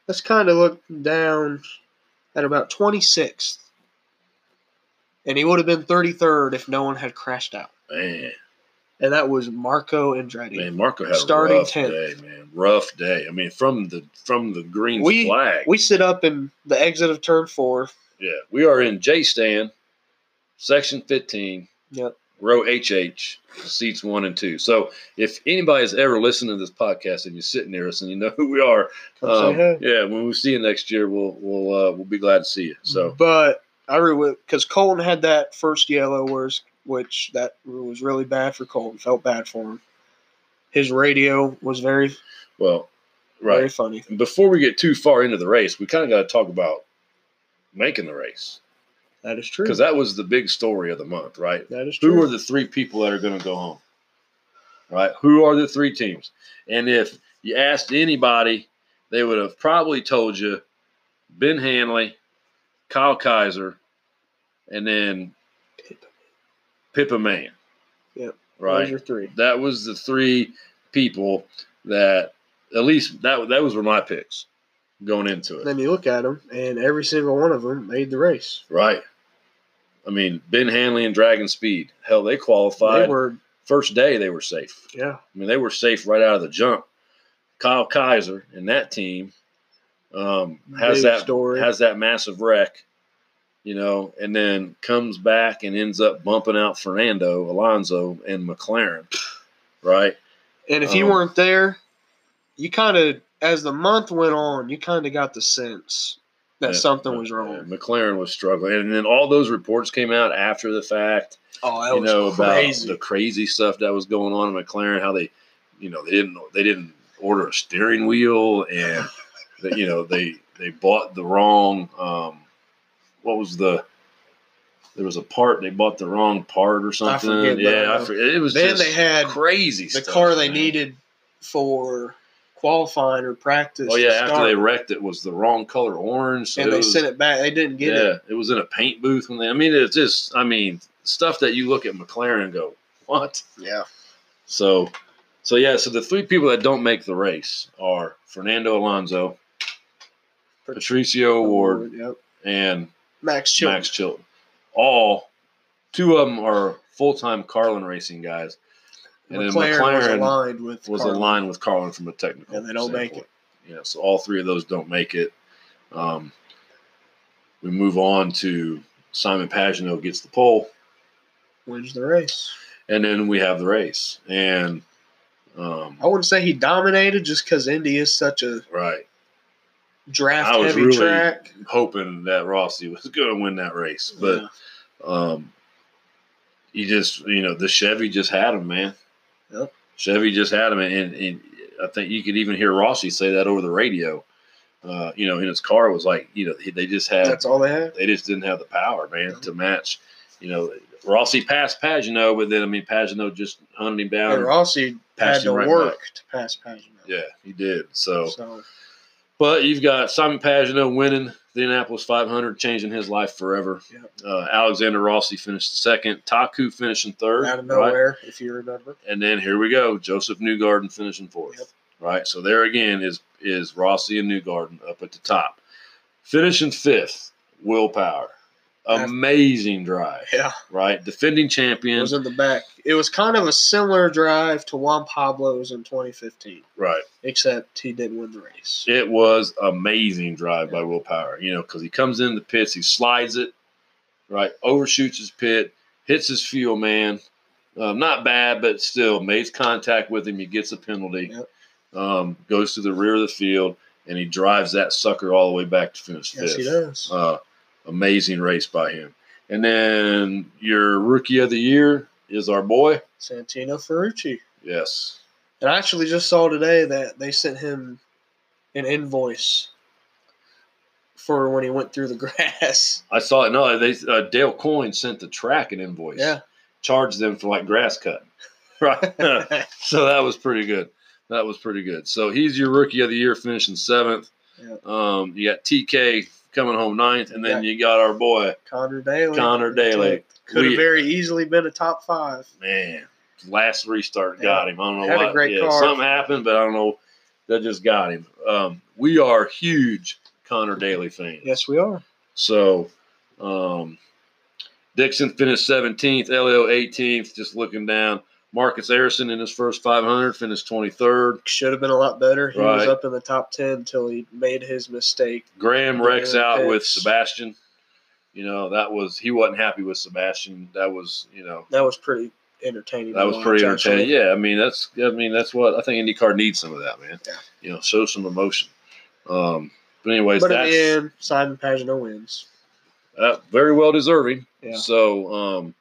[SPEAKER 3] us kind of look down at about twenty sixth. and he would have been 33rd if no one had crashed out.
[SPEAKER 2] Man,
[SPEAKER 3] And that was Marco Andretti.
[SPEAKER 2] man, Marco had
[SPEAKER 3] Starting
[SPEAKER 2] a rough
[SPEAKER 3] 10th.
[SPEAKER 2] day, man. Rough day. I mean, from the from the green
[SPEAKER 3] We-
[SPEAKER 2] flag.
[SPEAKER 3] We sit up in the exit of turn four.
[SPEAKER 2] yeah, we are in J stand, section fifteen.
[SPEAKER 3] Yep.
[SPEAKER 2] Row HH, seats one and two. So, if anybody's ever listened to this podcast and you're sitting near us and you know who we are,
[SPEAKER 3] Come
[SPEAKER 2] um,
[SPEAKER 3] say hey.
[SPEAKER 2] yeah, when we see you next year, we'll we'll uh, we'll be glad to see you. So,
[SPEAKER 3] but I really because Colton had that first yellow, whereas which that was really bad for Colton. Felt bad for him. His radio was very
[SPEAKER 2] well,
[SPEAKER 3] very
[SPEAKER 2] right.
[SPEAKER 3] funny.
[SPEAKER 2] Before we get too far into the race, we kind of got to talk about making the race
[SPEAKER 3] That is true.
[SPEAKER 2] because that was the big story of the month, right?
[SPEAKER 3] that is true.
[SPEAKER 2] Who are the three people that are going to go home? Right? Who are the three teams? And if you asked anybody, they would have probably told you Ben Hanley, Kyle Kaiser, and then Pippa Man.
[SPEAKER 3] Yep.
[SPEAKER 2] Right.
[SPEAKER 3] Those are three.
[SPEAKER 2] That was the three people that at least that that was were my picks going into it.
[SPEAKER 3] Then you look at them, and every single one of them made the race.
[SPEAKER 2] Right. I mean, Ben Hanley and Dragon Speed. Hell, they qualified.
[SPEAKER 3] They were
[SPEAKER 2] First day they were safe.
[SPEAKER 3] yeah.
[SPEAKER 2] I mean, they were safe right out of the jump. Kyle Kaiser and that team um, has
[SPEAKER 3] big
[SPEAKER 2] that
[SPEAKER 3] story?
[SPEAKER 2] has that massive wreck, you know, and then comes back and ends up bumping out Fernando Alonso and McLaren, right?
[SPEAKER 3] and if you
[SPEAKER 2] um,
[SPEAKER 3] weren't there, you kind of as the month went on, you kind of got the sense that
[SPEAKER 2] Yeah,
[SPEAKER 3] something was
[SPEAKER 2] yeah,
[SPEAKER 3] wrong.
[SPEAKER 2] McLaren was struggling, and then all those reports came out after the fact.
[SPEAKER 3] Oh, that
[SPEAKER 2] you
[SPEAKER 3] was
[SPEAKER 2] know
[SPEAKER 3] crazy.
[SPEAKER 2] about the crazy stuff that was going on at McLaren, how they, you know, they didn't they didn't order a steering wheel, and that you know they they bought the wrong. Um, what was the? There was a part they bought the wrong part or something.
[SPEAKER 3] forget, but I
[SPEAKER 2] yeah, I
[SPEAKER 3] know.
[SPEAKER 2] forget. it was.
[SPEAKER 3] Then
[SPEAKER 2] just
[SPEAKER 3] they had
[SPEAKER 2] crazy
[SPEAKER 3] the
[SPEAKER 2] stuff,
[SPEAKER 3] car they
[SPEAKER 2] man.
[SPEAKER 3] needed for qualifying or practice.
[SPEAKER 2] Oh yeah,
[SPEAKER 3] to
[SPEAKER 2] after
[SPEAKER 3] start,
[SPEAKER 2] they wrecked it was the wrong color orange. so
[SPEAKER 3] and
[SPEAKER 2] it
[SPEAKER 3] they
[SPEAKER 2] was-
[SPEAKER 3] sent it back. They didn't get
[SPEAKER 2] yeah,
[SPEAKER 3] it.
[SPEAKER 2] was in a paint booth when they. I mean, it's just. I mean, stuff that you look at McLaren and go, "What?"
[SPEAKER 3] Yeah,
[SPEAKER 2] So, so yeah. So the three people that don't make the race are Fernando Alonso, Patricio Ward,
[SPEAKER 3] Yep.
[SPEAKER 2] and
[SPEAKER 3] Max Chilton.
[SPEAKER 2] Max Chilton. All two of them are full-time Carlin racing guys, and then
[SPEAKER 3] McLaren, was
[SPEAKER 2] McLaren
[SPEAKER 3] aligned with
[SPEAKER 2] was
[SPEAKER 3] Carlin.
[SPEAKER 2] aligned with Carlin from a technical.
[SPEAKER 3] And they don't make
[SPEAKER 2] standpoint. Yeah, so all three of those don't make it. Um, we move on to Simon Pagino gets the pole.
[SPEAKER 3] wins the race.
[SPEAKER 2] and then we have the race and um
[SPEAKER 3] I wouldn't say he dominated just because Indy is such a
[SPEAKER 2] right
[SPEAKER 3] draft
[SPEAKER 2] I was
[SPEAKER 3] heavy
[SPEAKER 2] really-
[SPEAKER 3] track.
[SPEAKER 2] hoping that rossi was going to win that race but
[SPEAKER 3] Yeah.
[SPEAKER 2] um he just you know the chevy just had him man
[SPEAKER 3] Yep.
[SPEAKER 2] chevy just had him and, and i think you could even hear rossi say that over the radio uh you know in his car was like you know they just had
[SPEAKER 3] that's all they had.
[SPEAKER 2] they just didn't have the power, man, to match. You know, Rossi passed Pagano, but then I mean, Pagano just hunted him down.
[SPEAKER 3] And Rossi had
[SPEAKER 2] passed
[SPEAKER 3] to
[SPEAKER 2] him right
[SPEAKER 3] work to pass Pagano.
[SPEAKER 2] yeah, he did. So,
[SPEAKER 3] So
[SPEAKER 2] But you've got Simon Pagino winning the Indianapolis 500, changing his life forever.
[SPEAKER 3] Yep.
[SPEAKER 2] Uh, Alexander Rossi finished second. Taku finishing third.
[SPEAKER 3] out of
[SPEAKER 2] right?
[SPEAKER 3] nowhere, if you remember.
[SPEAKER 2] And then here we go, Joseph Newgarden finishing fourth.
[SPEAKER 3] Yep.
[SPEAKER 2] Right. So there again is is Rossi and Newgarden up at the top. Finishing fifth, Willpower.
[SPEAKER 3] That's-
[SPEAKER 2] Amazing drive.
[SPEAKER 3] Yeah.
[SPEAKER 2] Right. Defending champion.
[SPEAKER 3] was in the back. It was kind of a similar drive to Juan Pablo's in 2015,
[SPEAKER 2] right.
[SPEAKER 3] except he didn't win the race.
[SPEAKER 2] It was amazing drive by Will Power, you know, because he comes in the pits, he slides it, right, overshoots his pit, hits his fuel man. Um, not bad, but still makes contact with him. He gets a penalty,
[SPEAKER 3] Yep.
[SPEAKER 2] um, goes to the rear of the field, and he drives that sucker all the way back to finish
[SPEAKER 3] Yes,
[SPEAKER 2] fifth.
[SPEAKER 3] he does.
[SPEAKER 2] Uh, amazing race by him. And then your rookie of the year is our boy.
[SPEAKER 3] Santino Ferrucci.
[SPEAKER 2] Yes.
[SPEAKER 3] And I actually just saw today that they sent him an invoice for when he went through the grass.
[SPEAKER 2] I saw it. No, they uh, Dale Coyne sent the track an invoice.
[SPEAKER 3] Yeah.
[SPEAKER 2] charge them for like grass cutting. Right. so that was pretty good. That was pretty good. So he's your rookie of the year, finishing seventh.
[SPEAKER 3] Yeah.
[SPEAKER 2] Um, you got TK coming home ninth, and then
[SPEAKER 3] Yeah.
[SPEAKER 2] you got our boy
[SPEAKER 3] Connor Daly.
[SPEAKER 2] Connor Daly.
[SPEAKER 3] Could have
[SPEAKER 2] We-
[SPEAKER 3] very easily been a top five.
[SPEAKER 2] Man, last restart got him. I don't know
[SPEAKER 3] Had a
[SPEAKER 2] why.
[SPEAKER 3] great
[SPEAKER 2] yeah,
[SPEAKER 3] car.
[SPEAKER 2] Something happened, but I don't know. That just got him. Um, we are huge Connor Daly fans.
[SPEAKER 3] Yes, we are.
[SPEAKER 2] So, um, Dixon finished 17th, Elio 18th, just looking down. Marcus Arison in his first 500 finished 23rd.
[SPEAKER 3] Should have been a lot better. He was
[SPEAKER 2] Right.
[SPEAKER 3] up in the top 10 until he made his mistake.
[SPEAKER 2] Graham Rex
[SPEAKER 3] Yeah,
[SPEAKER 2] out with
[SPEAKER 3] it's-
[SPEAKER 2] Sebastian. You know, that was, he wasn't happy with Sebastian. That was, you know,
[SPEAKER 3] That was pretty entertaining.
[SPEAKER 2] That
[SPEAKER 3] to
[SPEAKER 2] was
[SPEAKER 3] watch,
[SPEAKER 2] pretty
[SPEAKER 3] actually.
[SPEAKER 2] entertaining. Yeah, I mean that's I mean that's what I think IndyCar needs some of that, man.
[SPEAKER 3] Yeah.
[SPEAKER 2] You know, show some emotion. Um, but anyways,
[SPEAKER 3] But in
[SPEAKER 2] that's
[SPEAKER 3] the end, Simon Pagino wins.
[SPEAKER 2] uh, very well deserving.
[SPEAKER 3] Yeah.
[SPEAKER 2] So um,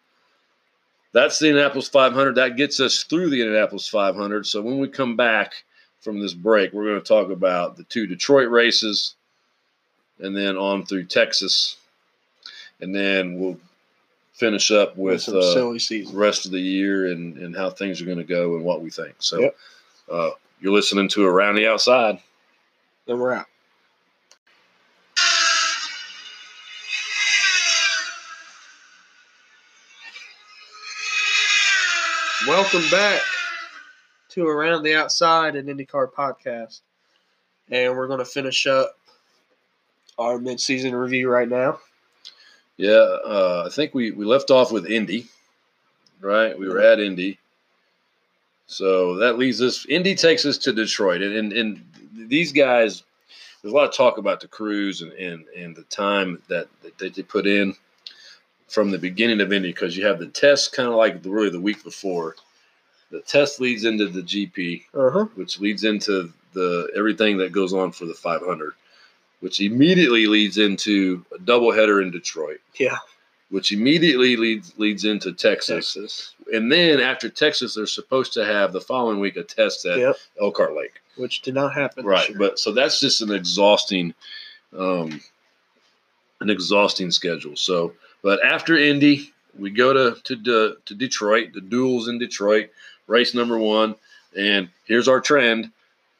[SPEAKER 2] that's the Indianapolis 500. That gets us through the Indianapolis 500. So when we come back from this break, we're going to talk about the two Detroit races, and then on through Texas, and then we'll finish up
[SPEAKER 3] With
[SPEAKER 2] with
[SPEAKER 3] some
[SPEAKER 2] uh,
[SPEAKER 3] silly season.
[SPEAKER 2] rest of the year and, and how things are going to go and what we think. So
[SPEAKER 3] Yep.
[SPEAKER 2] uh, you're listening to Around the Outside.
[SPEAKER 3] Then we're out. Welcome back to Around the Outside an IndyCar podcast. And we're going to finish up our midseason review right now.
[SPEAKER 2] Yeah, uh, I think we, we left off with Indy, right? We were at Indy. So that leads us, Indy takes us to Detroit. And, and, and these guys, there's a lot of talk about the crews and, and, and the time that, that they put in from the beginning of Indy because you have the test kind of like the, really the week before. The test leads into the GP.
[SPEAKER 3] Uh huh.
[SPEAKER 2] which leads into the everything that goes on for the 500, which immediately leads into a doubleheader in Detroit,
[SPEAKER 3] Yeah.
[SPEAKER 2] which immediately leads leads into Texas,
[SPEAKER 3] Texas.
[SPEAKER 2] and then after Texas, they're supposed to have the following week a test at
[SPEAKER 3] Yep.
[SPEAKER 2] Elkhart Lake,
[SPEAKER 3] Which did not happen. this
[SPEAKER 2] right?
[SPEAKER 3] year.
[SPEAKER 2] But so that's just an exhausting, um, an exhausting schedule. So, but after Indy, we go to to De- to Detroit. The duels in Detroit, race number one, and here's our trend.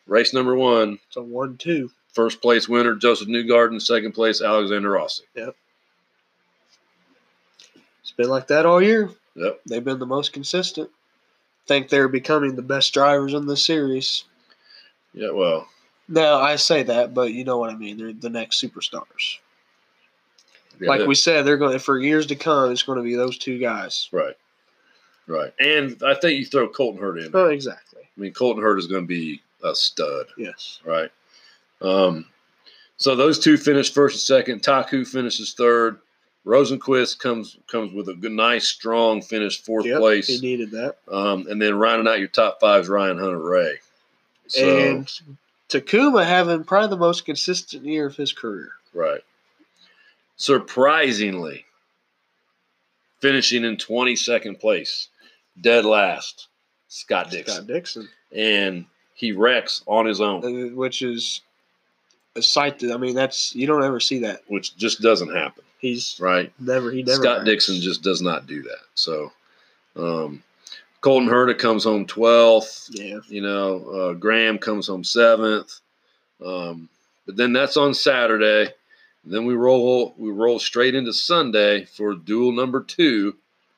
[SPEAKER 2] Race number one,
[SPEAKER 3] it's a 1 2.
[SPEAKER 2] First place winner, Joseph Newgarden. Second place, Alexander Rossi.
[SPEAKER 3] It's been like that all year.
[SPEAKER 2] Yep.
[SPEAKER 3] They've been the most consistent. Think they're becoming the best drivers in the series.
[SPEAKER 2] Yeah, well,
[SPEAKER 3] Now I say that, but you know what I mean. They're the next superstars.
[SPEAKER 2] yeah,
[SPEAKER 3] like
[SPEAKER 2] that-
[SPEAKER 3] we said, they're going to for years to come. It's going to be those two guys.
[SPEAKER 2] Right. Right. And I think you throw Colton Hurd in. I
[SPEAKER 3] Oh, exactly.
[SPEAKER 2] mean, Colton Hurd is going to be a stud,
[SPEAKER 3] Yes.
[SPEAKER 2] right? Um, so those two finish first and second. Taku finishes third. Rosenquist comes comes with a good, nice, strong finish, fourth
[SPEAKER 3] Yep, He
[SPEAKER 2] place.
[SPEAKER 3] needed that.
[SPEAKER 2] Um, and then rounding out your top five is Ryan Hunter Ray. So,
[SPEAKER 3] and Takuma having probably the most consistent year of his career.
[SPEAKER 2] Right. Surprisingly, finishing in 22nd place, dead last, Scott Dixon.
[SPEAKER 3] Scott Dixon,
[SPEAKER 2] And he wrecks on his own,
[SPEAKER 3] uh, which is a sight that I mean, that's you don't ever see that.
[SPEAKER 2] which just doesn't happen,
[SPEAKER 3] He's
[SPEAKER 2] right?
[SPEAKER 3] never he never
[SPEAKER 2] Scott
[SPEAKER 3] wrecks.
[SPEAKER 2] Dixon just does not do that. So, um, Colton Herta comes home 12th.
[SPEAKER 3] yeah
[SPEAKER 2] You know, uh, Graham comes home seventh. Um, but then that's on Saturday. then we roll we roll straight into Sunday for duel number two,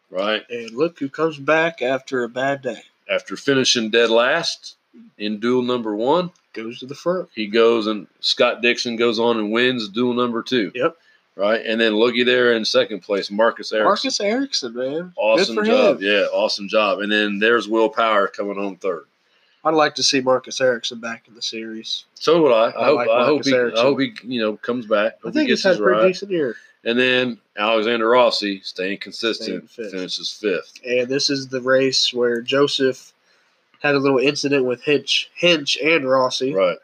[SPEAKER 2] right?
[SPEAKER 3] and look who comes back after a bad day
[SPEAKER 2] After finishing dead last in duel number one,
[SPEAKER 3] goes to the front
[SPEAKER 2] he goes and Scott Dixon goes on and wins duel number two.
[SPEAKER 3] Yep.
[SPEAKER 2] Right, and then looky there in second place, Marcus Erickson.
[SPEAKER 3] Marcus Erickson man
[SPEAKER 2] awesome
[SPEAKER 3] Good for
[SPEAKER 2] job,
[SPEAKER 3] him.
[SPEAKER 2] yeah, awesome job. And then there's Will Power coming home third.
[SPEAKER 3] I'd like to see Marcus Erickson back in the series
[SPEAKER 2] So would I. I,
[SPEAKER 3] I
[SPEAKER 2] hope.
[SPEAKER 3] like
[SPEAKER 2] I hope
[SPEAKER 3] Marcus
[SPEAKER 2] he.
[SPEAKER 3] Ericsson.
[SPEAKER 2] I hope he. You know, comes back.
[SPEAKER 3] I
[SPEAKER 2] Hope he
[SPEAKER 3] think he's
[SPEAKER 2] gets
[SPEAKER 3] had
[SPEAKER 2] his
[SPEAKER 3] a pretty
[SPEAKER 2] ride.
[SPEAKER 3] decent year
[SPEAKER 2] And then Alexander Rossi, staying consistent,
[SPEAKER 3] Staying fifth.
[SPEAKER 2] finishes fifth.
[SPEAKER 3] and this is the race where Joseph had a little incident with Hinch Hinch and Rossi
[SPEAKER 2] Right.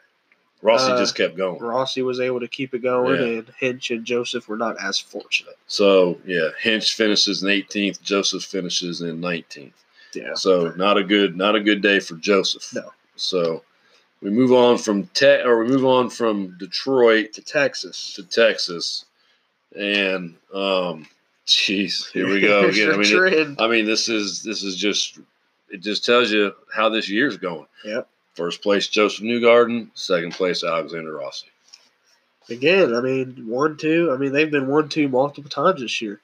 [SPEAKER 2] Rossi
[SPEAKER 3] Uh,
[SPEAKER 2] just kept going.
[SPEAKER 3] Rossi was able to keep it going
[SPEAKER 2] Yeah.
[SPEAKER 3] and Hinch and Joseph were not as fortunate
[SPEAKER 2] So yeah, Hinch finishes in 18th. Joseph finishes in 19th.
[SPEAKER 3] yeah
[SPEAKER 2] So not a good, not a good day for Joseph.
[SPEAKER 3] No.
[SPEAKER 2] So we move on from Te- or we move on from Detroit
[SPEAKER 3] to Texas
[SPEAKER 2] to Texas, and um, jeez, here we go
[SPEAKER 3] Here's
[SPEAKER 2] again. I
[SPEAKER 3] your
[SPEAKER 2] mean, it-
[SPEAKER 3] trend.
[SPEAKER 2] I mean, this is this is just it just tells you how this year's going.
[SPEAKER 3] Yep.
[SPEAKER 2] First place Joseph Newgarden, second place Alexander Rossi.
[SPEAKER 3] again, I mean, one two. I mean, they've been one two multiple times this year.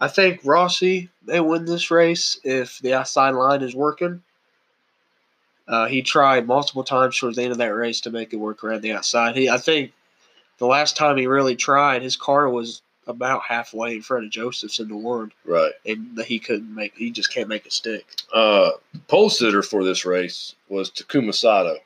[SPEAKER 3] I think Rossi they win this race if the outside line is working. Uh, he tried multiple times towards the end of that race to make it work around the outside. He, I think, the last time he really tried, his car was about halfway in front of Joseph's into one,
[SPEAKER 2] Right.
[SPEAKER 3] and that he couldn't make. He just can't make it stick.
[SPEAKER 2] Uh, the pole sitter for this race was Takuma Sato,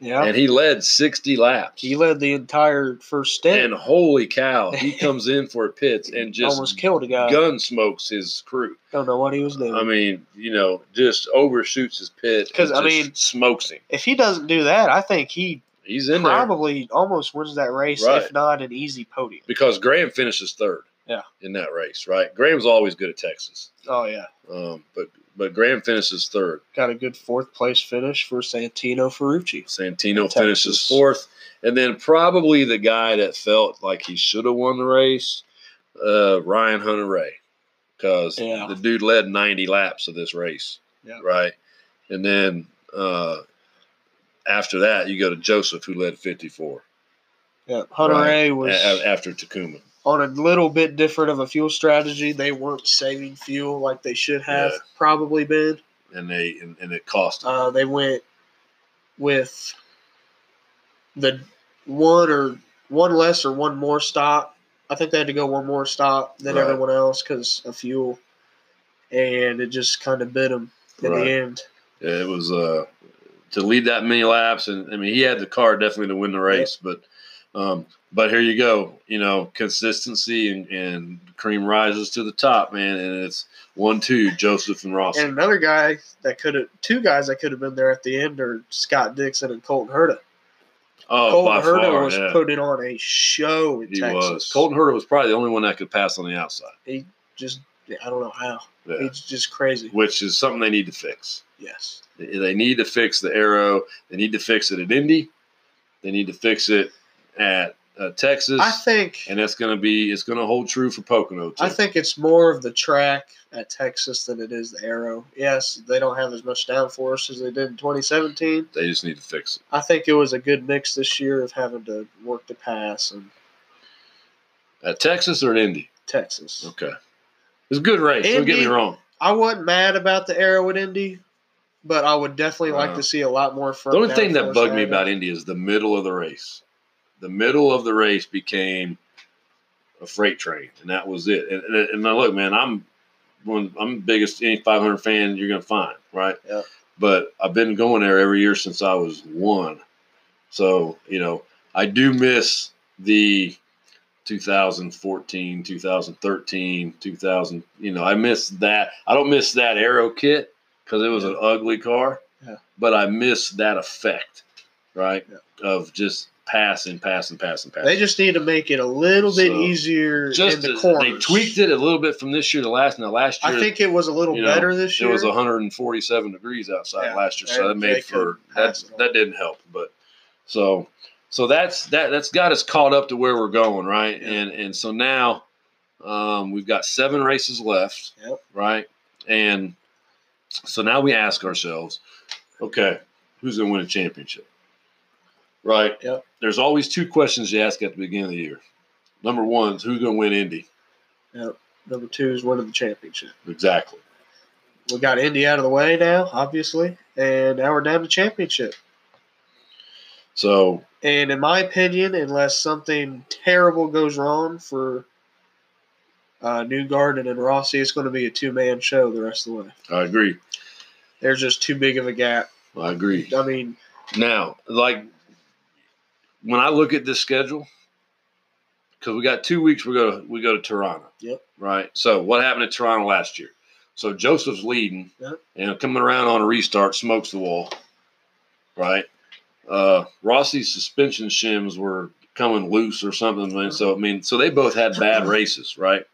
[SPEAKER 3] Yeah,
[SPEAKER 2] and he led 60 laps.
[SPEAKER 3] he led the entire first
[SPEAKER 2] and
[SPEAKER 3] stint.
[SPEAKER 2] holy cow, he comes in for pits and just
[SPEAKER 3] almost killed a guy.
[SPEAKER 2] gun smokes his crew.
[SPEAKER 3] Don't know what he was doing.
[SPEAKER 2] I mean, you know, just overshoots his pit.
[SPEAKER 3] 'Cause,
[SPEAKER 2] and
[SPEAKER 3] I
[SPEAKER 2] just
[SPEAKER 3] mean-
[SPEAKER 2] smokes him.
[SPEAKER 3] if he doesn't do that, I think he
[SPEAKER 2] He's in there
[SPEAKER 3] probably almost wins that race,
[SPEAKER 2] Right.
[SPEAKER 3] if not an easy podium.
[SPEAKER 2] because Graham finishes third.
[SPEAKER 3] Yeah.
[SPEAKER 2] In that race, right? Graham's always good at Texas,
[SPEAKER 3] Oh yeah,
[SPEAKER 2] um, but but Graham finishes third.
[SPEAKER 3] got a good fourth place finish for Santino Ferrucci.
[SPEAKER 2] Santino
[SPEAKER 3] Texas.
[SPEAKER 2] finishes fourth, and then probably the guy that felt like he should have won the race, uh, Ryan Hunter Ray, because
[SPEAKER 3] Yeah.
[SPEAKER 2] the dude led 90 laps of this race,
[SPEAKER 3] Yeah.
[SPEAKER 2] right? And then uh, after that, you go to Joseph, who led 54
[SPEAKER 3] Yeah, Hunter
[SPEAKER 2] Right.
[SPEAKER 3] Ray
[SPEAKER 2] a-
[SPEAKER 3] was
[SPEAKER 2] a- after Takuma.
[SPEAKER 3] on a little bit different of a fuel strategy. They weren't saving fuel like they should have
[SPEAKER 2] Yeah.
[SPEAKER 3] probably been.
[SPEAKER 2] And they and, and it cost him.
[SPEAKER 3] Uh, they went with the one or one less or one more stop. I think they had to go one more stop than
[SPEAKER 2] Right.
[SPEAKER 3] everyone else because of fuel, and it just kind of bit them in
[SPEAKER 2] Right.
[SPEAKER 3] the end.
[SPEAKER 2] It was uh, to lead that many laps, and I mean he had the car definitely to win the race, but um, but here you go, you know consistency and, and cream rises to the top, man, and it's one two Joseph and Ross.
[SPEAKER 3] And another guy that could have, two guys that could have been there at the end are Scott Dixon and Colton Herta.
[SPEAKER 2] oh, by
[SPEAKER 3] Colton Herta
[SPEAKER 2] far,
[SPEAKER 3] was
[SPEAKER 2] yeah,
[SPEAKER 3] putting on a show in
[SPEAKER 2] he
[SPEAKER 3] Texas.
[SPEAKER 2] was. Colton Herta was probably the only one that could pass on the outside,
[SPEAKER 3] just I don't know how.
[SPEAKER 2] yeah,
[SPEAKER 3] It's just crazy.
[SPEAKER 2] which is something they need to fix.
[SPEAKER 3] Yes.
[SPEAKER 2] They they need to fix the arrow. They need to fix it at Indy. They need to fix it at uh, Texas.
[SPEAKER 3] I think
[SPEAKER 2] and that's going to be it's going to hold true for Pocono too.
[SPEAKER 3] I think it's more of the track at Texas than it is the arrow. Yes, they don't have as much downforce as they did in 2017.
[SPEAKER 2] They just need to fix it.
[SPEAKER 3] I think it was a good mix this year of having to work the pass and
[SPEAKER 2] At Uh, Texas or at Indy?
[SPEAKER 3] Texas.
[SPEAKER 2] Okay. It's a good race. Don't get me
[SPEAKER 3] Indy-
[SPEAKER 2] wrong.
[SPEAKER 3] I wasn't mad about the arrow at Indy, but I would definitely like
[SPEAKER 2] Uh,
[SPEAKER 3] to see a lot more
[SPEAKER 2] The
[SPEAKER 3] from.
[SPEAKER 2] only thing that
[SPEAKER 3] downforce
[SPEAKER 2] bugged me
[SPEAKER 3] out of
[SPEAKER 2] about E Indy is the middle of the race. The middle of the race became a freight train, and that was it. And, and, and now look, man, I'm one. I'm the biggest any 500 fan you're going to find, right?
[SPEAKER 3] Yeah.
[SPEAKER 2] But I've been going there every year since I was one, so you know I do miss the 2014, 2013, 2000. You know, I miss that. I don't miss that arrow kit because it was an ugly car.
[SPEAKER 3] Yeah.
[SPEAKER 2] But I miss that effect, right?
[SPEAKER 3] Yeah.
[SPEAKER 2] Of just pass and pass and pass and pass.
[SPEAKER 3] They just need to make it a little bit
[SPEAKER 2] So,
[SPEAKER 3] easier
[SPEAKER 2] just
[SPEAKER 3] in the
[SPEAKER 2] as-
[SPEAKER 3] corners.
[SPEAKER 2] they tweaked it a little bit from this year to last. Now last year,
[SPEAKER 3] I think it was a little
[SPEAKER 2] you know,
[SPEAKER 3] better this
[SPEAKER 2] it
[SPEAKER 3] year.
[SPEAKER 2] was 147 degrees outside
[SPEAKER 3] Yeah,
[SPEAKER 2] last year, so
[SPEAKER 3] and
[SPEAKER 2] that
[SPEAKER 3] they
[SPEAKER 2] made for that
[SPEAKER 3] couldn't pass it on.
[SPEAKER 2] that didn't help. But so so that's that that's got us caught up to where we're going, right?
[SPEAKER 3] Yeah.
[SPEAKER 2] And and so now um, we've got seven races left,
[SPEAKER 3] Yep.
[SPEAKER 2] right? And so now we ask ourselves, okay, who's going to win a championship? Right.
[SPEAKER 3] Yep.
[SPEAKER 2] There's always two questions you ask at the beginning of the year. Number one is who's going to win Indy?
[SPEAKER 3] Number two is winning the championship.
[SPEAKER 2] Exactly.
[SPEAKER 3] We got Indy out of the way now, obviously, and now we're down to championship.
[SPEAKER 2] So
[SPEAKER 3] And in my opinion, unless something terrible goes wrong for uh, New Garden and Rossi, it's going to be a two man show the rest of the way.
[SPEAKER 2] I agree.
[SPEAKER 3] There's just too big of a gap.
[SPEAKER 2] I agree.
[SPEAKER 3] I mean,
[SPEAKER 2] Now, like when I look at this schedule, because we got two weeks, we go to we go to Toronto.
[SPEAKER 3] Yep.
[SPEAKER 2] Right. So what happened to Toronto last year? So Joseph's leading
[SPEAKER 3] Yep.
[SPEAKER 2] and coming around on a restart, smokes the wall. Right. Uh, Rossi's suspension shims were coming loose or something. And so I mean, so they both had bad races, right?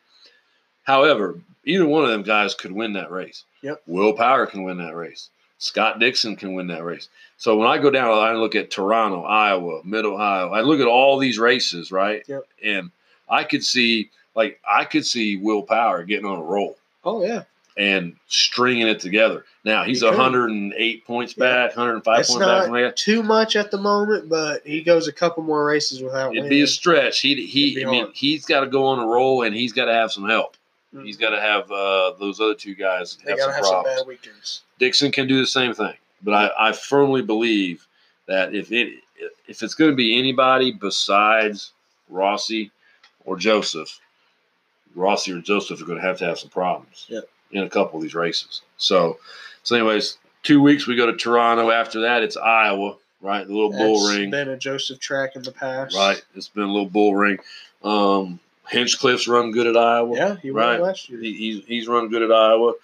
[SPEAKER 2] However, either one of them guys could win that race.
[SPEAKER 3] Yep.
[SPEAKER 2] Will Power can win that race. Scott Dixon can win that race. So when I go down, I look at Toronto, Iowa, Mid Ohio. I look at all these races, right?
[SPEAKER 3] Yep.
[SPEAKER 2] And I could see, like, I could see Will Power getting on a roll
[SPEAKER 3] oh, yeah.
[SPEAKER 2] and stringing it together. Now he's
[SPEAKER 3] He could.
[SPEAKER 2] 108 points
[SPEAKER 3] Yeah.
[SPEAKER 2] back, 105
[SPEAKER 3] That's
[SPEAKER 2] points back.
[SPEAKER 3] not
[SPEAKER 2] something like that.
[SPEAKER 3] Too much at the moment, but he goes a couple more races without
[SPEAKER 2] It'd
[SPEAKER 3] winning.
[SPEAKER 2] be a stretch. He
[SPEAKER 3] It'd
[SPEAKER 2] he.
[SPEAKER 3] be
[SPEAKER 2] I mean,
[SPEAKER 3] hard.
[SPEAKER 2] he's got to go on a roll, and he's got to have some help.
[SPEAKER 3] Mm.
[SPEAKER 2] He's got to have uh, those other two guys
[SPEAKER 3] they
[SPEAKER 2] have
[SPEAKER 3] got
[SPEAKER 2] some
[SPEAKER 3] to have some
[SPEAKER 2] problems.
[SPEAKER 3] bad weekends.
[SPEAKER 2] Dixon can do the same thing. But I, I firmly believe that if it if it's going to be anybody besides Rossi or Joseph, Rossi or Joseph are going to have to have some problems
[SPEAKER 3] Yeah.
[SPEAKER 2] in a couple of these races. So, so anyways, two weeks we go to Toronto. After that, it's Iowa, right? The little bull
[SPEAKER 3] That's
[SPEAKER 2] ring,
[SPEAKER 3] been a Joseph track in the past.
[SPEAKER 2] right? It's been a little bull ring. Um, Hinchcliffe's run good at Iowa.
[SPEAKER 3] Yeah, he
[SPEAKER 2] Right.
[SPEAKER 3] won last year.
[SPEAKER 2] He, he's he's run good at Iowa.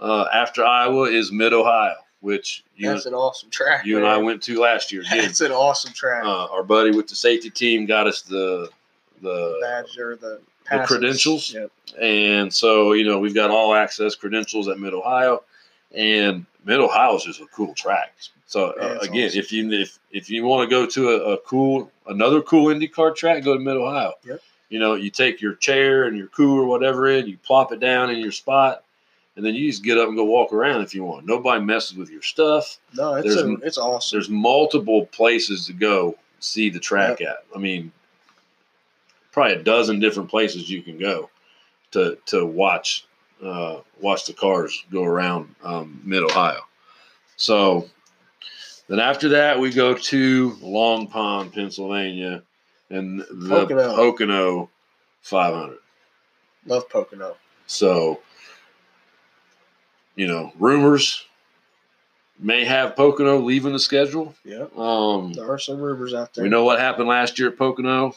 [SPEAKER 2] Uh, after Iowa is Mid Ohio, which you
[SPEAKER 3] That's an awesome track.
[SPEAKER 2] you and I
[SPEAKER 3] man.
[SPEAKER 2] went to last year. Did
[SPEAKER 3] That's an awesome track.
[SPEAKER 2] uh, our buddy with the safety team got us the the
[SPEAKER 3] Badger, the,
[SPEAKER 2] the
[SPEAKER 3] passes.
[SPEAKER 2] credentials.
[SPEAKER 3] Yep.
[SPEAKER 2] And so, you know, we've got all access credentials at Mid Ohio, and Mid Ohio is just a cool track. So
[SPEAKER 3] Yeah,
[SPEAKER 2] uh,
[SPEAKER 3] it's
[SPEAKER 2] again,
[SPEAKER 3] awesome.
[SPEAKER 2] if you if if you want to go to a, a cool another cool IndyCar track, go to Mid Ohio.
[SPEAKER 3] Yep.
[SPEAKER 2] You know, you take your chair and your cooler, whatever, in you plop it down in your spot, and then you just get up and go walk around if you want. Nobody messes with your stuff
[SPEAKER 3] No, it's
[SPEAKER 2] There's
[SPEAKER 3] a,
[SPEAKER 2] n-
[SPEAKER 3] it's awesome.
[SPEAKER 2] there's multiple places to go see the track at. I mean, probably a dozen different places you can go to to watch uh, watch the cars go around um, Mid Ohio. So then after that, we go to Long Pond, Pennsylvania, and the
[SPEAKER 3] Pocono.
[SPEAKER 2] Pocono 500.
[SPEAKER 3] Love Pocono.
[SPEAKER 2] So, you know, rumors may have Pocono leaving the schedule.
[SPEAKER 3] Yeah,
[SPEAKER 2] Um,
[SPEAKER 3] there are some rumors out there.
[SPEAKER 2] we know what happened last year at Pocono,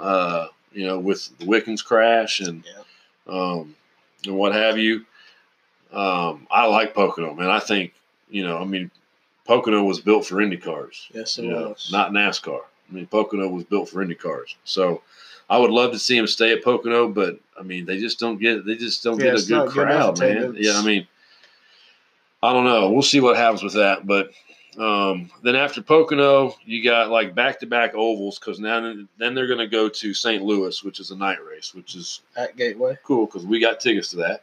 [SPEAKER 2] uh, you know, with the Wickens crash and
[SPEAKER 3] Yeah.
[SPEAKER 2] um, and what have you. Um, I like Pocono, man. I think you know, I mean, Pocono was built for Indy cars,
[SPEAKER 3] Yes, it
[SPEAKER 2] you know,
[SPEAKER 3] was.
[SPEAKER 2] not NASCAR. I mean, Pocono was built for Indy cars, so I would love to see him stay at Pocono, but I mean, they just don't get they just don't
[SPEAKER 3] Yeah,
[SPEAKER 2] get
[SPEAKER 3] it's
[SPEAKER 2] a good
[SPEAKER 3] not good enough
[SPEAKER 2] crowd, man.
[SPEAKER 3] attendance.
[SPEAKER 2] Yeah, I mean, I don't know. We'll see what happens with that, but um, then after Pocono, you got like back to back ovals because now then, then they're going to go to St. Louis, which is a night race, which is
[SPEAKER 3] at Gateway.
[SPEAKER 2] cool because we got tickets to that.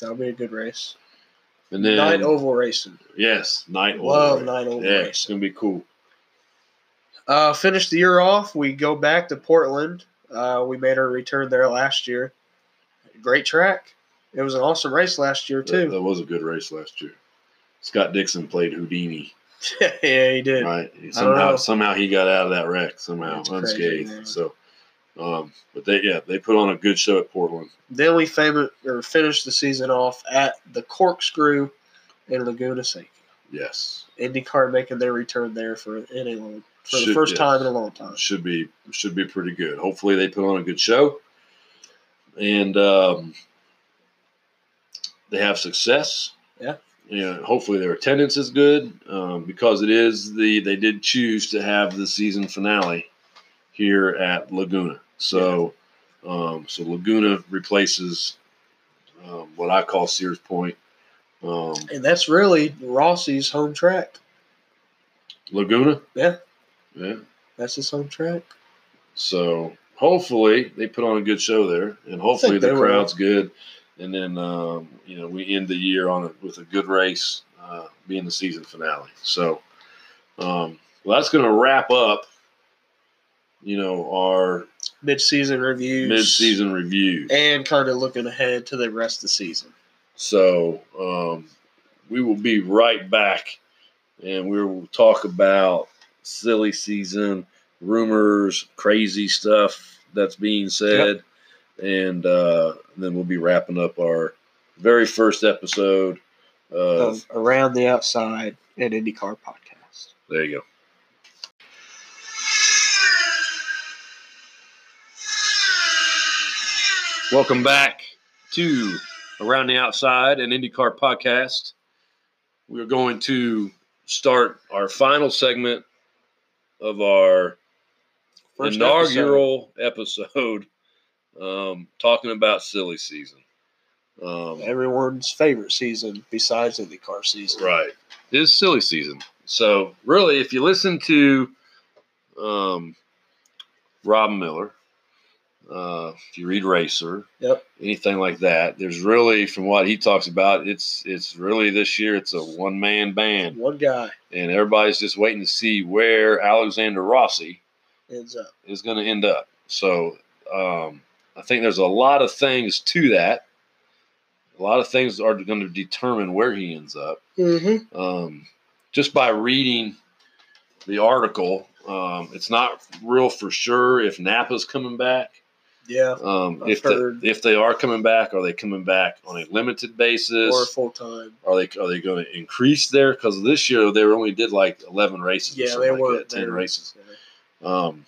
[SPEAKER 3] That'll be a good race.
[SPEAKER 2] And then
[SPEAKER 3] Night oval racing.
[SPEAKER 2] yes, night oval.
[SPEAKER 3] Love
[SPEAKER 2] race.
[SPEAKER 3] night oval
[SPEAKER 2] Yeah, it's going
[SPEAKER 3] racing.
[SPEAKER 2] to be cool.
[SPEAKER 3] Uh, finish the year off. We go back to Portland. Uh, we made our return there last year. Great track. It was an awesome race last year
[SPEAKER 2] That,
[SPEAKER 3] too.
[SPEAKER 2] that was a good race last year. Scott Dixon played Houdini,
[SPEAKER 3] yeah, he did.
[SPEAKER 2] right? Somehow,
[SPEAKER 3] know.
[SPEAKER 2] somehow he got out of that wreck somehow
[SPEAKER 3] That's crazy,
[SPEAKER 2] unscathed.
[SPEAKER 3] man.
[SPEAKER 2] so, um, but they yeah they put on a good show at Portland.
[SPEAKER 3] Then we fam- or finished the season off at the Corkscrew in Laguna Seca.
[SPEAKER 2] Yes,
[SPEAKER 3] IndyCar making their return there for any long, for the
[SPEAKER 2] Should-
[SPEAKER 3] first
[SPEAKER 2] yeah.
[SPEAKER 3] time in a long time.
[SPEAKER 2] should be should be pretty good. Hopefully they put on a good show, and um, they have success.
[SPEAKER 3] Yeah.
[SPEAKER 2] Yeah. Hopefully their attendance is good um, because it is the they did choose to have the season finale here at Laguna. So, um, so Laguna replaces um, what I call Sears Point. Um,
[SPEAKER 3] And that's really Rossi's home track.
[SPEAKER 2] Laguna.
[SPEAKER 3] Yeah.
[SPEAKER 2] Yeah.
[SPEAKER 3] That's his home track.
[SPEAKER 2] So hopefully they put on a good show there, and hopefully
[SPEAKER 3] they
[SPEAKER 2] the
[SPEAKER 3] will.
[SPEAKER 2] crowd's good. And then um, you know we end the year on a, with a good race, uh, being the season finale. So um, well, that's going to wrap up, you know, our
[SPEAKER 3] Mid-season reviews.
[SPEAKER 2] mid-season review.
[SPEAKER 3] And kind of looking ahead to the rest of the season.
[SPEAKER 2] So um, we will be right back, and we will talk about silly season rumors, crazy stuff that's being said, and uh, then we'll be wrapping up our very first episode. Of,
[SPEAKER 3] Of Around the Outside and IndyCar Podcast.
[SPEAKER 2] there you go. Welcome back to Around the Outside, an IndyCar podcast. We are going to start our final segment of our inaugural episode, um, talking about silly season. Um,
[SPEAKER 3] episode. Everyone's favorite season besides IndyCar season.
[SPEAKER 2] Right. It is silly season. So really, if you listen to um, Rob Miller, uh, if you read Racer,
[SPEAKER 3] Yep.
[SPEAKER 2] anything like that, there's really from what he talks about, it's it's really this year it's a one man band,
[SPEAKER 3] One guy
[SPEAKER 2] and everybody's just waiting to see where Alexander Rossi
[SPEAKER 3] ends up.
[SPEAKER 2] is going to end up. So um, I think there's a lot of things to that. A lot of things are going to determine where he ends up
[SPEAKER 3] Mm-hmm.
[SPEAKER 2] um, just by reading the article, um, it's not real for sure if Napa's coming back.
[SPEAKER 3] Yeah.
[SPEAKER 2] Um,
[SPEAKER 3] I've
[SPEAKER 2] if the,
[SPEAKER 3] heard.
[SPEAKER 2] if they are coming back, are they coming back on a limited basis?
[SPEAKER 3] Or full time.
[SPEAKER 2] are they are they going to increase there? Because this year they only did like eleven races. or
[SPEAKER 3] Yeah,
[SPEAKER 2] something
[SPEAKER 3] they
[SPEAKER 2] like
[SPEAKER 3] were
[SPEAKER 2] that, ten
[SPEAKER 3] they-
[SPEAKER 2] races. Um,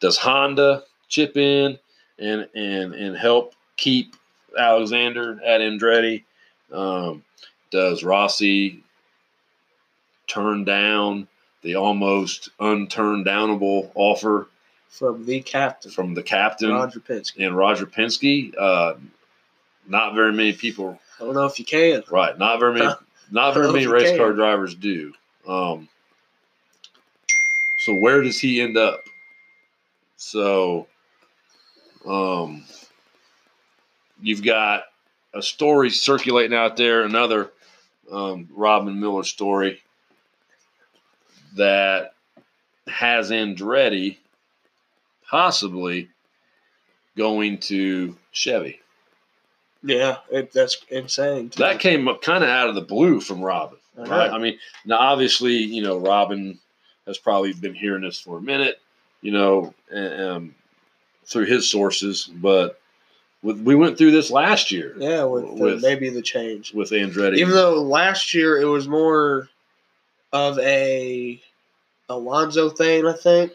[SPEAKER 2] does Honda chip in and and and help keep Alexander at Andretti? Um, does Rossi turn down the almost unturned downable offer
[SPEAKER 3] From the captain,
[SPEAKER 2] from the captain
[SPEAKER 3] Roger Penske.
[SPEAKER 2] and Roger Penske? Uh, not very many people
[SPEAKER 3] I don't know if you can.
[SPEAKER 2] Right. Not very many.
[SPEAKER 3] Huh?
[SPEAKER 2] Not very
[SPEAKER 3] Those
[SPEAKER 2] many
[SPEAKER 3] you
[SPEAKER 2] race
[SPEAKER 3] can.
[SPEAKER 2] car drivers do. Um, so where does he end up? So, um, you've got a story circulating out there, another um, Robin Miller story that has Andretti possibly going to Chevy.
[SPEAKER 3] Yeah, it, that's insane. to
[SPEAKER 2] That
[SPEAKER 3] me.
[SPEAKER 2] came up kind of out of the blue from Robin.
[SPEAKER 3] I know.
[SPEAKER 2] right? I mean, now obviously, you know, Robin has probably been hearing this for a minute, you know, and, um, through his sources. But with, we went through this last year
[SPEAKER 3] Yeah, with, the,
[SPEAKER 2] With-
[SPEAKER 3] maybe the change.
[SPEAKER 2] with Andretti.
[SPEAKER 3] Even though last year it was more of a Alonzo thing, I think,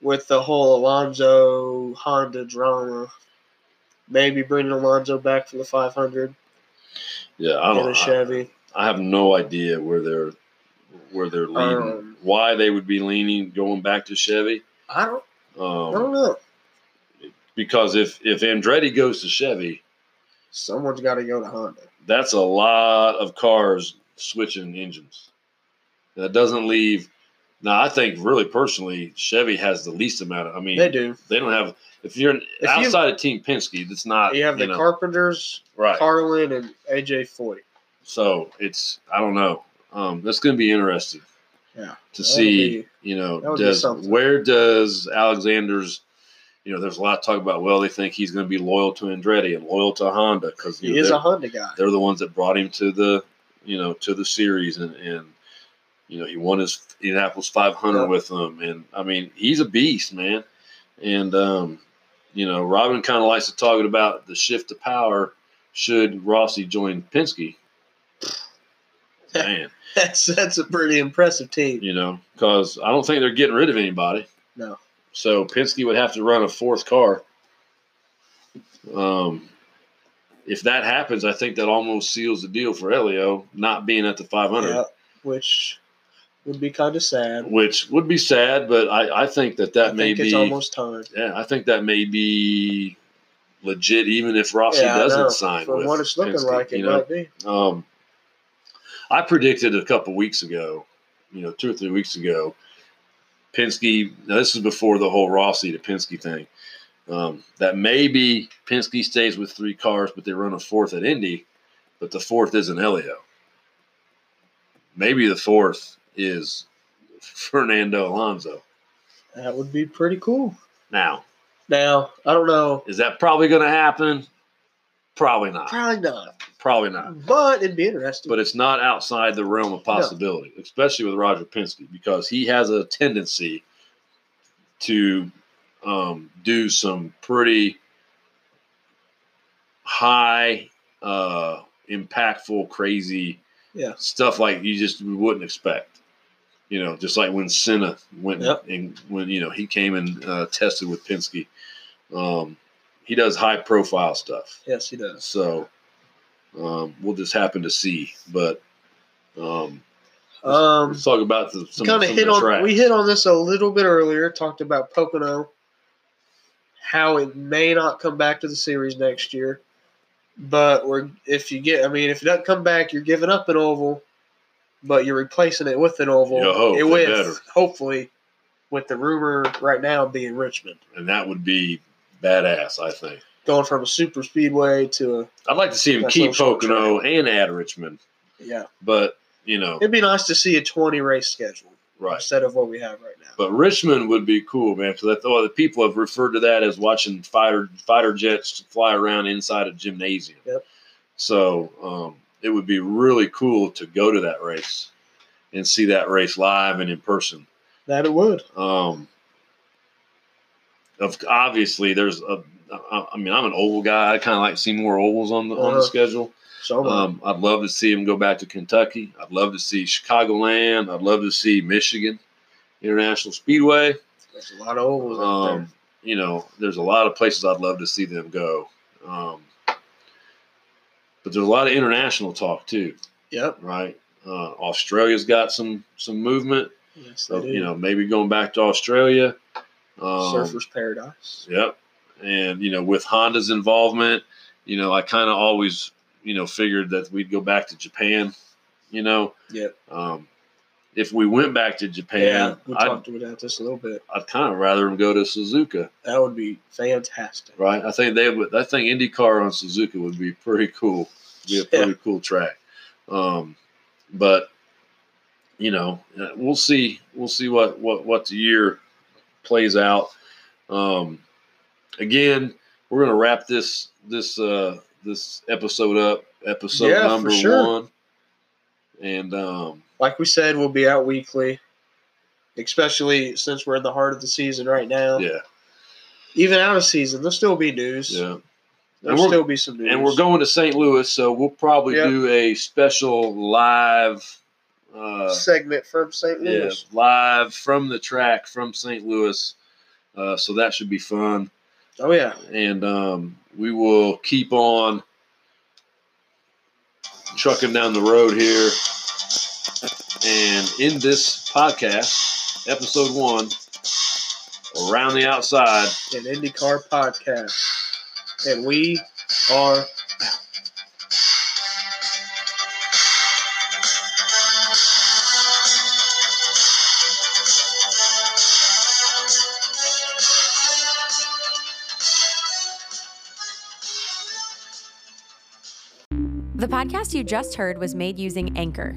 [SPEAKER 3] with the whole Alonzo Honda drama. Maybe bringing Alonzo back for the 500
[SPEAKER 2] yeah, I
[SPEAKER 3] in a
[SPEAKER 2] don't. I,
[SPEAKER 3] Chevy.
[SPEAKER 2] I have no idea where they're where they're leaning,
[SPEAKER 3] Um,
[SPEAKER 2] why they would be leaning going back to Chevy.
[SPEAKER 3] I don't, I
[SPEAKER 2] Um,
[SPEAKER 3] don't know.
[SPEAKER 2] because if if Andretti goes to Chevy,
[SPEAKER 3] Someone's got to go to Honda.
[SPEAKER 2] that's a lot of cars switching engines. That doesn't leave. Now, I think really personally, Chevy has the least amount of. I mean,
[SPEAKER 3] They
[SPEAKER 2] they,
[SPEAKER 3] do.
[SPEAKER 2] don't have. If you're
[SPEAKER 3] you-
[SPEAKER 2] outside of Team Penske, that's not.
[SPEAKER 3] You have the
[SPEAKER 2] know,
[SPEAKER 3] Carpenters,
[SPEAKER 2] right.
[SPEAKER 3] Carlin, and AJ Foyt.
[SPEAKER 2] So it's. I don't know. Um, that's going to be interesting.
[SPEAKER 3] Yeah.
[SPEAKER 2] To
[SPEAKER 3] That'll
[SPEAKER 2] see,
[SPEAKER 3] be-
[SPEAKER 2] you
[SPEAKER 3] that
[SPEAKER 2] know,
[SPEAKER 3] would be
[SPEAKER 2] does
[SPEAKER 3] something.
[SPEAKER 2] where does Alexander's. You know, there's a lot of talk about. Well, they think he's going to be loyal to Andretti and loyal to Honda because
[SPEAKER 3] He is a Honda guy.
[SPEAKER 2] they're the ones that brought him to the you know to the series and and you know he won his Indianapolis 500
[SPEAKER 3] Yeah.
[SPEAKER 2] with them and I mean he's a beast man and um you know Robin kind of likes to talk about the shift to power should Rossi join Penske man
[SPEAKER 3] That's that's a pretty impressive team.
[SPEAKER 2] you know because I don't think they're getting rid of anybody
[SPEAKER 3] No.
[SPEAKER 2] so Penske would have to run a fourth car um if that happens, I think that almost seals the deal for Elio not being at the 500.
[SPEAKER 3] Yeah, which would be kind of sad.
[SPEAKER 2] which would be sad, but I, I think that that
[SPEAKER 3] I
[SPEAKER 2] may
[SPEAKER 3] think it's
[SPEAKER 2] be.
[SPEAKER 3] almost time.
[SPEAKER 2] yeah, I think that may be legit, even if Rossi
[SPEAKER 3] Yeah, I know.
[SPEAKER 2] doesn't sign.
[SPEAKER 3] From
[SPEAKER 2] with
[SPEAKER 3] what it's looking
[SPEAKER 2] Penske,
[SPEAKER 3] like, it
[SPEAKER 2] you know,
[SPEAKER 3] might be.
[SPEAKER 2] um, I predicted a couple weeks ago, you know, two or three weeks ago, Penske. Now this is before the whole Rossi to Penske thing. Um, that maybe Penske stays with three cars, but they run a fourth at Indy, but the fourth isn't Helio. Maybe the fourth is Fernando Alonso.
[SPEAKER 3] That would be pretty cool.
[SPEAKER 2] Now,
[SPEAKER 3] Now, I don't know.
[SPEAKER 2] is that probably going to happen? Probably not.
[SPEAKER 3] Probably not.
[SPEAKER 2] Probably not.
[SPEAKER 3] But it'd be interesting.
[SPEAKER 2] But it's not outside the realm of possibility, especially with Roger Penske, because he has a tendency to um, do some pretty high, uh, impactful, crazy
[SPEAKER 3] Yeah.
[SPEAKER 2] stuff like you just wouldn't expect. You know, just like when Senna went
[SPEAKER 3] Yep.
[SPEAKER 2] and when you know he came and uh, tested with Penske, um, he does high profile stuff.
[SPEAKER 3] yes, he does.
[SPEAKER 2] So um, we'll just happen to see. But um,
[SPEAKER 3] Um,
[SPEAKER 2] let's talk about the, some, some
[SPEAKER 3] kind
[SPEAKER 2] of
[SPEAKER 3] of hit
[SPEAKER 2] the
[SPEAKER 3] on.
[SPEAKER 2] tracks.
[SPEAKER 3] We hit on this a little bit earlier. Talked about Pocono, how it may not come back to the series next year. But we're if you get, I mean, if it doesn't come back, you're giving up an oval, but you're replacing it with an oval.
[SPEAKER 2] You hope,
[SPEAKER 3] It
[SPEAKER 2] they
[SPEAKER 3] with
[SPEAKER 2] better.
[SPEAKER 3] hopefully, with the rumor right now being Richmond,
[SPEAKER 2] and that would be badass. I think
[SPEAKER 3] going from a super speedway to a
[SPEAKER 2] I'd like to see him
[SPEAKER 3] That's
[SPEAKER 2] keep
[SPEAKER 3] a short
[SPEAKER 2] Pocono and add Richmond,
[SPEAKER 3] yeah.
[SPEAKER 2] but you know,
[SPEAKER 3] It'd be nice to see a 20 race schedule
[SPEAKER 2] right.
[SPEAKER 3] instead of what we have right now.
[SPEAKER 2] But Richmond would be cool, man, because oh, the people have referred to that as watching fighter fighter jets fly around inside a gymnasium.
[SPEAKER 3] Yep.
[SPEAKER 2] So um, it would be really cool to go to that race and see that race live and in person.
[SPEAKER 3] That it would.
[SPEAKER 2] Um, of obviously there's a. I I mean, I'm an oval guy. I kind of like to see more ovals on the on
[SPEAKER 3] Uh-huh.
[SPEAKER 2] the schedule.
[SPEAKER 3] So
[SPEAKER 2] Um, I'd love to see him go back to Kentucky. I'd love to see Chicagoland. I'd love to see Michigan International Speedway.
[SPEAKER 3] there's a lot of ovals out there.
[SPEAKER 2] Um, you know, there's a lot of places I'd love to see them go. Um, but there's a lot of international talk too,
[SPEAKER 3] Yep.
[SPEAKER 2] right? Uh, Australia's got some some movement.
[SPEAKER 3] Yes,
[SPEAKER 2] So
[SPEAKER 3] they do.
[SPEAKER 2] you know, maybe going back to Australia. Um,
[SPEAKER 3] Surfers Paradise.
[SPEAKER 2] Yep. And, you know, with Honda's involvement, you know, I kind of always, you know, figured that we'd go back to Japan, you know.
[SPEAKER 3] Yep.
[SPEAKER 2] Um, if we went back to
[SPEAKER 3] Yeah,
[SPEAKER 2] Japan,
[SPEAKER 3] we
[SPEAKER 2] I'd,
[SPEAKER 3] talked about this a little bit.
[SPEAKER 2] I'd kind of rather them go to Suzuka,
[SPEAKER 3] That would be fantastic.
[SPEAKER 2] right? I think they would, I think IndyCar on Suzuka would be pretty cool. Be a pretty cool track. Um, but, you know, uh, we'll see, we'll see what, what, what the year plays out. Um, again, we're gonna wrap this this uh this episode up, episode
[SPEAKER 3] Yeah, for
[SPEAKER 2] number
[SPEAKER 3] sure.
[SPEAKER 2] one. And um
[SPEAKER 3] Like we said, we'll be out weekly, especially since we're in the heart of the season right now.
[SPEAKER 2] yeah,
[SPEAKER 3] Even out of season, there'll still be news.
[SPEAKER 2] yeah. And
[SPEAKER 3] There'll
[SPEAKER 2] we're,
[SPEAKER 3] still be some news.
[SPEAKER 2] and we're going to St. Louis, so we'll probably
[SPEAKER 3] Yep.
[SPEAKER 2] do a special live uh
[SPEAKER 3] segment from St.
[SPEAKER 2] yeah,
[SPEAKER 3] Louis.
[SPEAKER 2] live from the track from St. Louis. Uh, so that should be fun.
[SPEAKER 3] Oh yeah.
[SPEAKER 2] And um, we will keep on trucking down the road here. And in this podcast, episode one, around the outside.
[SPEAKER 3] An IndyCar podcast. And we are
[SPEAKER 1] The podcast you just heard was made using Anchor.